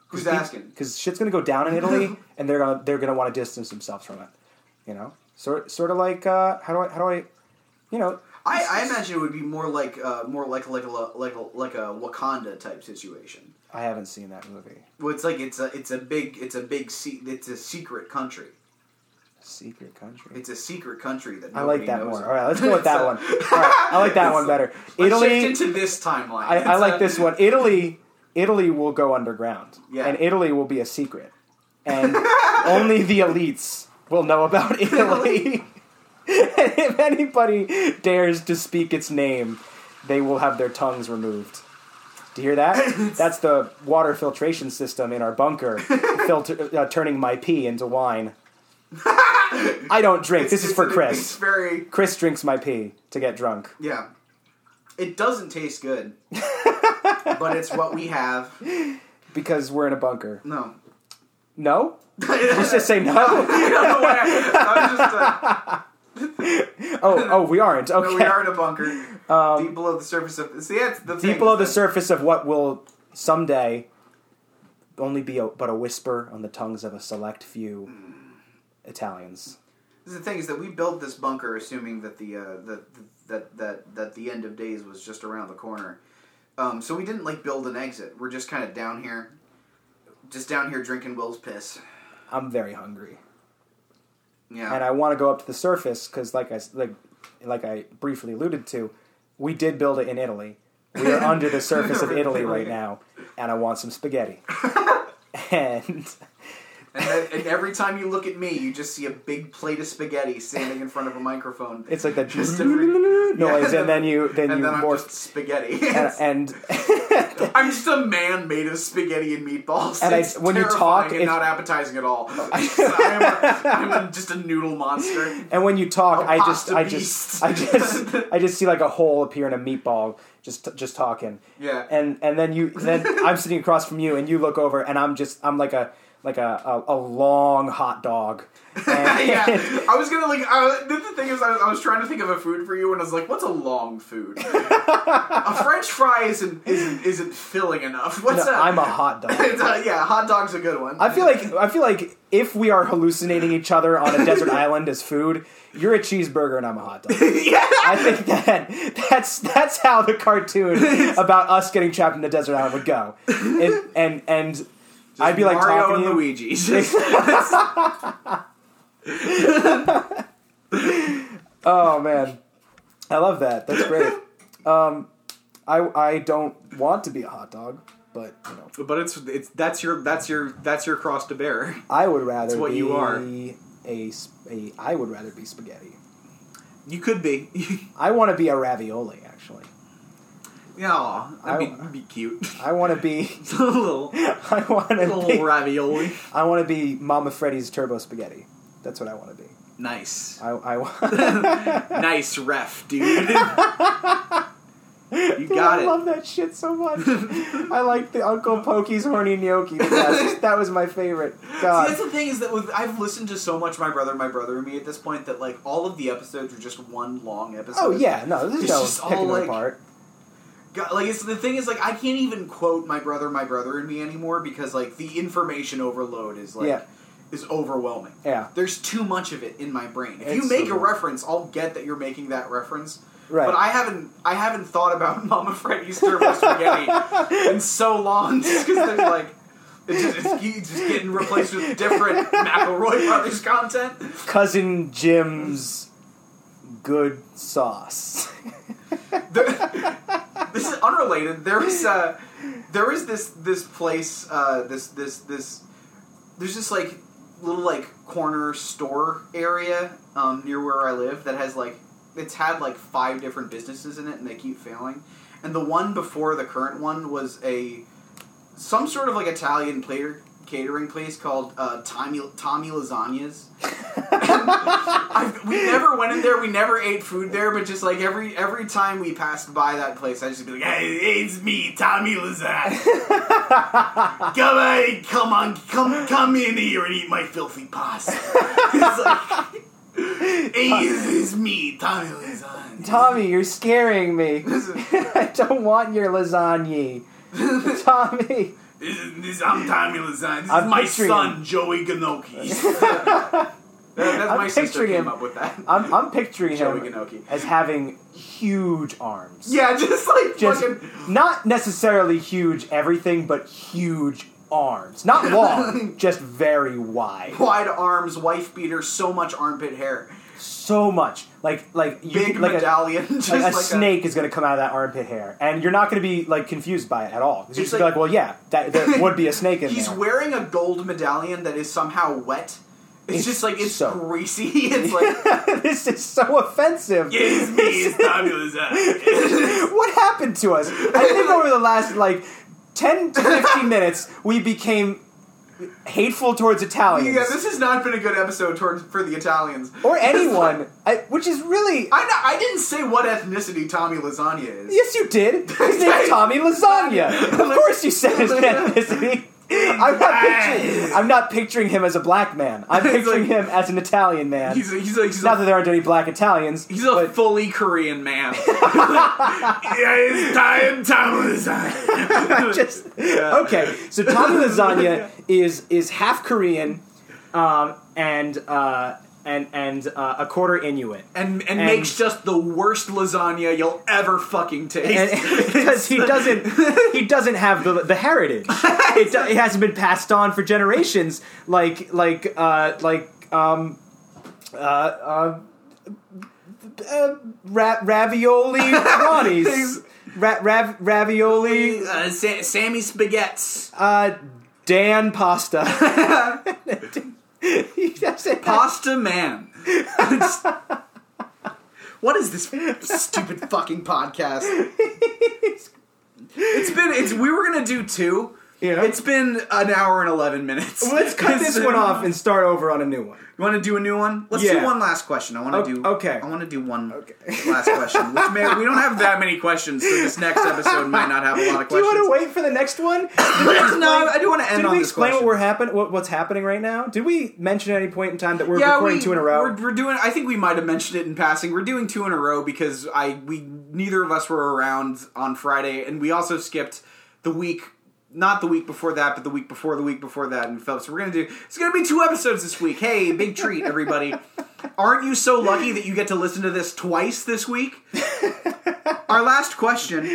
Speaker 4: Who's asking?
Speaker 3: because shit's gonna go down in Italy, and they're gonna they're gonna want to distance themselves from it. You know, sort sort of like uh, how do I how do I, you know,
Speaker 4: I, I imagine it would be more like uh, more like like a like a like a Wakanda type situation.
Speaker 3: I haven't seen that movie.
Speaker 4: Well, it's like it's a it's a big it's a big se- it's a secret country.
Speaker 3: Secret country.
Speaker 4: It's a secret country that
Speaker 3: I
Speaker 4: nobody
Speaker 3: like that
Speaker 4: knows
Speaker 3: more.
Speaker 4: of.
Speaker 3: All right, let's go with that one. All right, I like that one better.
Speaker 4: Let's
Speaker 3: Italy.
Speaker 4: shift into this timeline.
Speaker 3: I, I
Speaker 4: It's
Speaker 3: like
Speaker 4: a-
Speaker 3: this one. Italy, Italy will go underground,
Speaker 4: Yeah.
Speaker 3: and Italy will be a secret, and only the elites will know about Italy. and if anybody dares to speak its name, they will have their tongues removed. Do you hear that? That's the water filtration system in our bunker, filter, uh, turning my pee into wine. I don't drink. this is
Speaker 4: it's
Speaker 3: for
Speaker 4: an- It's
Speaker 3: Chris.
Speaker 4: very
Speaker 3: Chris drinks my pee to get drunk.
Speaker 4: yeah. It doesn't taste good, but it's what we have.
Speaker 3: Because we're in a bunker.
Speaker 4: No,
Speaker 3: No? Let's just say no.
Speaker 4: I was just, uh,
Speaker 3: Oh, oh, we aren't. Okay.
Speaker 4: we are in a bunker, deep below the surface of. See, that's the
Speaker 3: Um, Deep below the surface of what will someday only be a, but a whisper on the tongues of a select few Italians.
Speaker 4: The thing is that we built this bunker assuming that the uh, that that that that the end of days was just around the corner. Um, so we didn't like build an exit. We're just kind of down here, just down here drinking Will's piss.
Speaker 3: I'm very hungry,
Speaker 4: Yeah,
Speaker 3: and I want to go up to the surface because, like I s- like like I briefly alluded to, we did build it in Italy. We are under the surface of Italy right now, and I want some spaghetti. and
Speaker 4: and, then- and every time you look at me, you just see a big plate of spaghetti standing in front of a microphone.
Speaker 3: it's like that
Speaker 4: Just
Speaker 3: noise,
Speaker 4: every-
Speaker 3: and then you then
Speaker 4: and
Speaker 3: you
Speaker 4: then I'm
Speaker 3: morph,
Speaker 4: just spaghetti.
Speaker 3: and, and
Speaker 4: I'm just a man made of spaghetti and meatballs.
Speaker 3: And I-
Speaker 4: it's
Speaker 3: when you
Speaker 4: terrifying
Speaker 3: talk,
Speaker 4: and
Speaker 3: it's-
Speaker 4: not appetizing at all. I'm, a, I'm just a noodle monster.
Speaker 3: And when you talk,
Speaker 4: A
Speaker 3: I just,
Speaker 4: pasta
Speaker 3: I just,
Speaker 4: beast.
Speaker 3: I just, I just see like a hole appear in a meatball, just, just talking.
Speaker 4: Yeah.
Speaker 3: And and then you, then I'm sitting across from you, and you look over, and I'm just, I'm like a, like a, a, a long hot dog. And,
Speaker 4: yeah, I was gonna like. I, the the thing is, I was, I was trying to think of a food for you, and I was like, "What's a long food? a French fry isn't isn't, isn't filling enough. What's
Speaker 3: No,
Speaker 4: a,
Speaker 3: I'm a hot dog.
Speaker 4: It's a- yeah, hot dog's a good one.
Speaker 3: I feel like I feel like if we are hallucinating each other on a desert island as food, you're a cheeseburger and I'm a hot dog. I think that that's that's how the cartoon about us getting trapped in the desert island would go. It, and and I'd be like
Speaker 4: Mario
Speaker 3: talking
Speaker 4: and
Speaker 3: to you.
Speaker 4: Luigi.
Speaker 3: Oh man, I love that. That's great. Um, I I don't want to be a hot dog, but you know,
Speaker 2: But it's it's that's your that's your that's your cross to bear.
Speaker 3: I would rather
Speaker 2: what
Speaker 3: be
Speaker 2: you are.
Speaker 3: A, sp- a I would rather be spaghetti.
Speaker 2: You could be.
Speaker 3: I want to be a ravioli. Actually,
Speaker 2: Yeah, that'd be,
Speaker 3: I-
Speaker 2: that'd be cute.
Speaker 3: I want to be.
Speaker 2: a little,
Speaker 3: I want to
Speaker 2: little
Speaker 3: be.
Speaker 2: ravioli.
Speaker 3: I want to be Mama Freddy's turbo spaghetti. That's what I want to be.
Speaker 2: Nice,
Speaker 3: I I wa-
Speaker 2: nice ref, dude. you got
Speaker 3: I
Speaker 2: it.
Speaker 3: love that shit so much. I like the Uncle Pokey's horny gnocchi. the best. that was my favorite. God.
Speaker 4: See, that's the thing is that with, I've listened to so much My Brother, My Brother and Me at this point that like all of the episodes are just one long episode.
Speaker 3: Oh yeah, no, there's
Speaker 4: It's just
Speaker 3: no
Speaker 4: all,
Speaker 3: picking it
Speaker 4: like,
Speaker 3: apart.
Speaker 4: God, like it's the thing is like I can't even quote My Brother, My Brother and Me anymore because like the information overload is like
Speaker 3: Yeah.
Speaker 4: is overwhelming.
Speaker 3: Yeah.
Speaker 4: There's too much of it in my brain. If
Speaker 3: It's
Speaker 4: you make
Speaker 3: so
Speaker 4: a
Speaker 3: much.
Speaker 4: reference, I'll get that you're making that reference.
Speaker 3: Right.
Speaker 4: But I haven't I haven't thought about Mama Freddy's Turbo Spaghetti in so long just because there's like it's just, it's, it's just getting replaced with different McElroy Brothers content.
Speaker 3: cousin Jim's good sauce.
Speaker 4: There- this is unrelated. There is uh, there is this this place uh, this this this there's this like little like corner store area um, near where I live that has like it's had like five different businesses in it and they keep failing. And the one before the current one was a some sort of like Italian plater catering place called uh, Tommy Tommy Lasagnas. I've, we never went in there. We never ate food there, but just like every every time we passed by that place, I just be like, "Hey, it's me, Tommy Lazat. come on, come on, come come in here and eat my filthy pasta." it's like,
Speaker 3: Uh,
Speaker 4: "Hey, this is me, Tommy Lazat."
Speaker 3: Tommy, you're scaring me. I don't want your lasagne. Tommy,
Speaker 2: This is, this, I'm Tommy Lasagna. This
Speaker 3: I'm
Speaker 2: is my
Speaker 3: picturing
Speaker 2: son,
Speaker 3: him.
Speaker 2: Joey Ganoki.
Speaker 4: That's
Speaker 3: I'm
Speaker 4: my sister
Speaker 3: picturing
Speaker 4: came
Speaker 3: him.
Speaker 4: up with that.
Speaker 3: I'm, I'm picturing
Speaker 4: Joey
Speaker 3: him
Speaker 4: Ginocchi.
Speaker 3: as having huge arms.
Speaker 4: Yeah, just like
Speaker 3: Just
Speaker 4: fucking.
Speaker 3: not necessarily huge everything, but huge arms. Not long, just very wide.
Speaker 4: Wide arms, wife beater, so much armpit hair,
Speaker 3: So much. Like like you
Speaker 4: big
Speaker 3: like a,
Speaker 4: medallion, just
Speaker 3: like a
Speaker 4: like
Speaker 3: snake is going to come out of that armpit hair, and you're not going to be like confused by it at all. 'Cause You're
Speaker 4: It's
Speaker 3: just gonna be like, well, yeah, that there would be a snake in
Speaker 4: He's
Speaker 3: there.
Speaker 4: wearing a gold medallion that is somehow wet. It's,
Speaker 3: It's
Speaker 4: just like it's
Speaker 3: so-
Speaker 4: greasy. It's like
Speaker 3: this is so offensive.
Speaker 2: it's me, it's Tommy Lasagna.
Speaker 3: What happened to us? I think over the last like ten to fifteen minutes, we became hateful towards Italians
Speaker 4: yeah, this has not been a good episode towards for the Italians.
Speaker 3: or anyone, I, which is really.
Speaker 4: I know, I didn't say what ethnicity Tommy Lasagna is.
Speaker 3: Yes, you did. His name's Tommy Lasagna. Of course, you said his ethnicity. I'm not, picturing, I'm not picturing him as a black man. I'm picturing him as an Italian man.
Speaker 4: He's a, he's a, he's
Speaker 3: Not
Speaker 4: a,
Speaker 3: that there aren't any black Italians.
Speaker 4: he's a
Speaker 3: but
Speaker 4: fully Korean man.
Speaker 2: yeah, it's time, Tommy Lasagna.
Speaker 3: just okay. So Tommy Lasagna is is half Korean, um, and uh, and and uh, a quarter Inuit.
Speaker 4: and, and
Speaker 3: And-
Speaker 4: makes just the worst lasagna you'll ever fucking taste.
Speaker 3: And- because he doesn't he doesn't have the, the heritage. It, do- it hasn't been passed on for generations, like like uh, like um, uh, uh, uh, ra- ravioli Ronnie's. Ra- rav- ravioli,
Speaker 4: Uh, Sa- Sammy Spaghetti's
Speaker 3: uh, Dan pasta. he doesn't have-
Speaker 4: Pasta Man. what is this stupid fucking podcast? It's been it's we were gonna do two.
Speaker 3: Yeah.
Speaker 4: It's been an hour and eleven minutes.
Speaker 3: Let's cut this one off and start over on a new one.
Speaker 4: You want to do a new one? Let's
Speaker 3: Yeah.
Speaker 4: do one last question. I want
Speaker 3: O-
Speaker 4: to do.
Speaker 3: okay.
Speaker 4: I want to do one last question. Which may, we don't have that many questions, so this next episode might not have a lot of questions.
Speaker 3: Do you want to wait for the next one?
Speaker 4: no, I do want to end
Speaker 3: Did
Speaker 4: on
Speaker 3: we
Speaker 4: this
Speaker 3: explain what
Speaker 4: question.
Speaker 3: we're happen- what, what's happening right now? Did we mention at any point in time that we're
Speaker 4: yeah,
Speaker 3: recording
Speaker 4: we,
Speaker 3: two in a row?
Speaker 4: We're, we're doing. I think we might have mentioned it in passing. We're doing two in a row because I we neither of us were around on Friday, and we also skipped the week. Not the week before that, but the week before the week before that, and Phelps. We're gonna do. It's gonna be two episodes this week. Hey, big treat, everybody! Aren't you so lucky that you get to listen to this twice this week? our last question.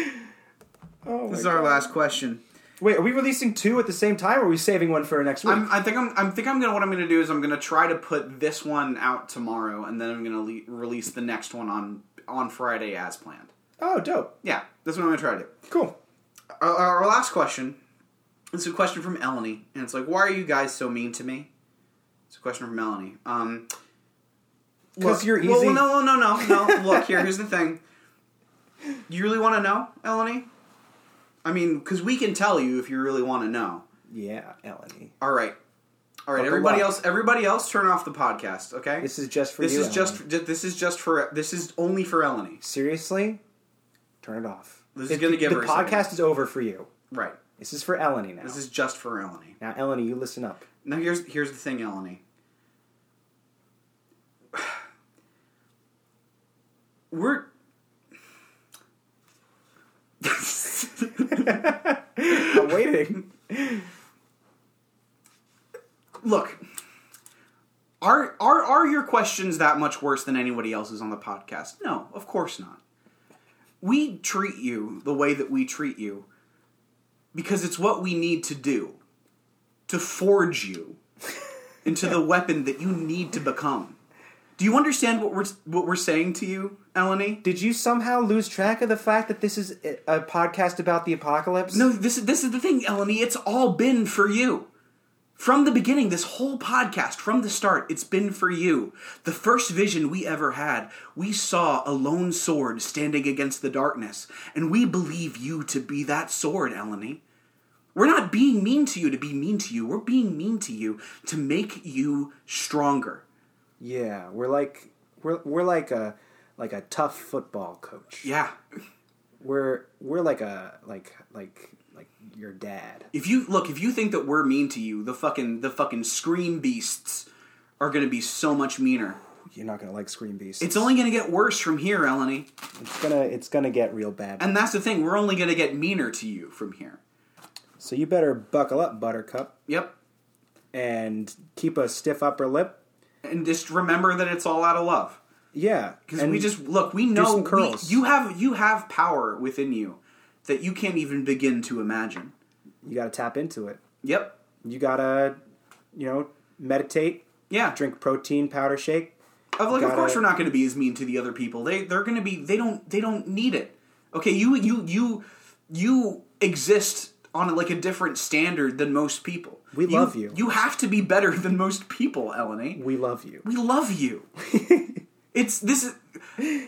Speaker 3: Oh my
Speaker 4: This is our
Speaker 3: God.
Speaker 4: last question.
Speaker 3: Wait, are we releasing two at the same time, or are we saving one for next week?
Speaker 4: I'm, I think I'm. I think I'm gonna. What I'm gonna do is I'm gonna try to put this one out tomorrow, and then I'm gonna le- release the next one on on Friday as planned.
Speaker 3: oh, dope.
Speaker 4: Yeah, that's what I'm gonna try to do.
Speaker 3: Cool.
Speaker 4: Our, our our last question. It's a question from Eleni, and it's like, why are you guys so mean to me? It's a question from Eleni. Um,
Speaker 3: 'Cause
Speaker 4: look-
Speaker 3: you're
Speaker 4: Well,
Speaker 3: easy.
Speaker 4: no, no, no, no. Look here. Here's the thing. You really want to know, Eleni? I mean, because we can tell you if you really want to know.
Speaker 3: Yeah, Eleni.
Speaker 4: All right. All right,
Speaker 3: Buckle
Speaker 4: everybody
Speaker 3: up.
Speaker 4: else everybody else turn off the podcast, okay?
Speaker 3: This is just for
Speaker 4: This
Speaker 3: you.
Speaker 4: is just
Speaker 3: Eleni.
Speaker 4: this is just for this is only for Eleni.
Speaker 3: seriously. Turn it off.
Speaker 4: This is gonna give
Speaker 3: the
Speaker 4: her a
Speaker 3: podcast
Speaker 4: second.
Speaker 3: is over for you.
Speaker 4: Right.
Speaker 3: This is for Eleni now.
Speaker 4: This is just for Eleni.
Speaker 3: now, Eleni, you listen up.
Speaker 4: Now here's here's the thing, Eleni. We're
Speaker 3: I'm waiting.
Speaker 4: look are are are your questions that much worse than anybody else's on the podcast no of course not we treat you the way that we treat you because it's what we need to do to forge you into the weapon that you need to become do you understand what we're what we're saying to you Eleni
Speaker 3: Did you somehow lose track of the fact that this is a- a podcast about the apocalypse?
Speaker 4: No, this is this is the thing, Eleni. It's all been for you. From the beginning, this whole podcast, from the start, it's been for you. The first vision we ever had, we saw a lone sword standing against the darkness, and we believe you to be that sword, Eleni. We're not being mean to you to be mean to you. We're being mean to you to make you stronger.
Speaker 3: Yeah, we're like we're we're like a like a tough football coach.
Speaker 4: Yeah.
Speaker 3: We're we're like a like like like your dad.
Speaker 4: If you look, if you think that we're mean to you, the fucking the fucking scream beasts are going to be so much meaner.
Speaker 3: You're not gonna like Scream Beast.
Speaker 4: It's only going to get worse from here, Eleni.
Speaker 3: it's gonna it's gonna get real bad.
Speaker 4: And that's the thing, we're only going to get meaner to you from here.
Speaker 3: So you better buckle up, Buttercup,
Speaker 2: Yep.
Speaker 3: and keep a stiff upper lip.
Speaker 2: And just remember that it's all out of love.
Speaker 3: Yeah,
Speaker 2: Because
Speaker 3: and
Speaker 2: we just look, we know
Speaker 3: some
Speaker 2: we-
Speaker 3: curls.
Speaker 2: you have you have power within you that you can't even begin to imagine.
Speaker 3: you got to tap into it.
Speaker 2: Yep.
Speaker 3: You got to, you know, meditate,
Speaker 2: Yeah.
Speaker 3: drink protein powder shake.
Speaker 2: Of like, of
Speaker 3: Gotta-
Speaker 2: course, we're not going to be as mean to the other people. They they're going to be. They don't they don't need it. Okay, you you you you exist on like a different standard than most people.
Speaker 3: We love you.
Speaker 2: You have to be better than most people, Eleni.
Speaker 3: We love you.
Speaker 2: We love you. it's this is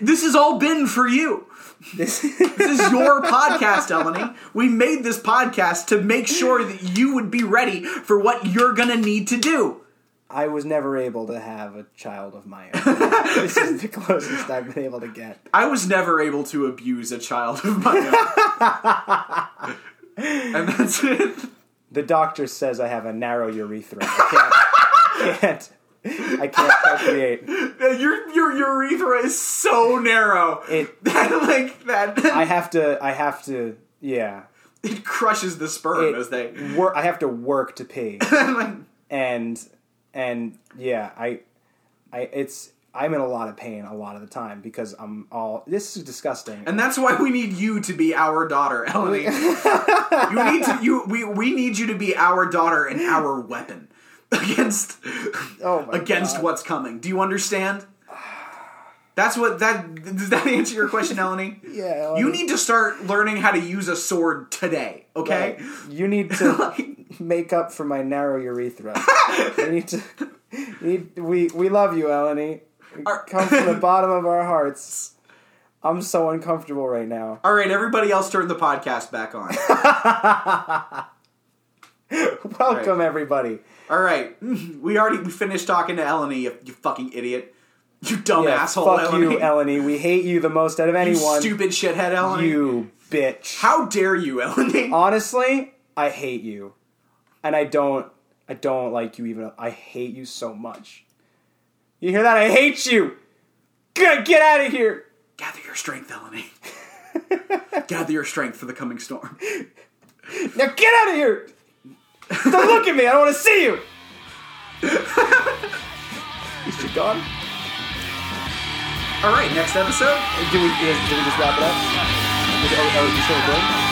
Speaker 2: this has all been for you.
Speaker 3: This
Speaker 2: This is your podcast, Eleni. We made this podcast to make sure that you would be ready for what you're going to need to do.
Speaker 3: I was never able to have a child of my own. this is the closest I've been able to get.
Speaker 2: I was never able to abuse a child of my own. and that's it.
Speaker 3: The doctor says I have a narrow urethra. I can't. can't I can't procreate.
Speaker 2: Your your urethra is so narrow.
Speaker 3: It.
Speaker 2: That like that
Speaker 3: I have to. I have to. Yeah.
Speaker 2: it crushes the sperm
Speaker 3: It-
Speaker 2: as they
Speaker 3: Wor- I have to work to pee,
Speaker 2: like
Speaker 3: and and yeah, I, I it's I'm in a lot of pain a lot of the time because I'm all this is disgusting.
Speaker 2: And that's why we need you to be our daughter, Eleni. you need to you we we need you to be our daughter and our weapon against
Speaker 3: oh my
Speaker 2: against
Speaker 3: God.
Speaker 2: what's coming. Do you understand? That's what that does that answer your question, Eleni?
Speaker 3: Yeah, oh,
Speaker 2: You
Speaker 3: like-
Speaker 2: need to start learning how to use a sword today, okay?
Speaker 3: Like, you need to make up for my narrow urethra. you need to. you need, we we love you, Eleni. We
Speaker 2: Our-
Speaker 3: come from the bottom of our hearts. I'm so uncomfortable right now.
Speaker 2: All right, everybody else turn the podcast back on.
Speaker 3: Welcome everybody.
Speaker 2: All right. We already we finished talking to Eleni, you, you fucking idiot. You dumb
Speaker 3: Yeah,
Speaker 2: asshole,
Speaker 3: fuck
Speaker 2: Eleni.
Speaker 3: you, Eleni. We hate you the most out of
Speaker 2: You
Speaker 3: anyone.
Speaker 2: stupid shithead, Eleni.
Speaker 3: You Oh. bitch.
Speaker 2: How dare you, Eleni?
Speaker 3: Honestly, I hate you, and I don't. I don't like you even. I hate you so much. You hear that? I hate you. Good, get out of here.
Speaker 2: Gather your strength, Eleni. Gather your strength for the coming storm.
Speaker 3: Now get out of here! Don't look at me. I don't want to see you. Is she gone?
Speaker 2: All right, next episode.
Speaker 3: Do we, is, do we just wrap it up? Is, are, are we Oh, still recording?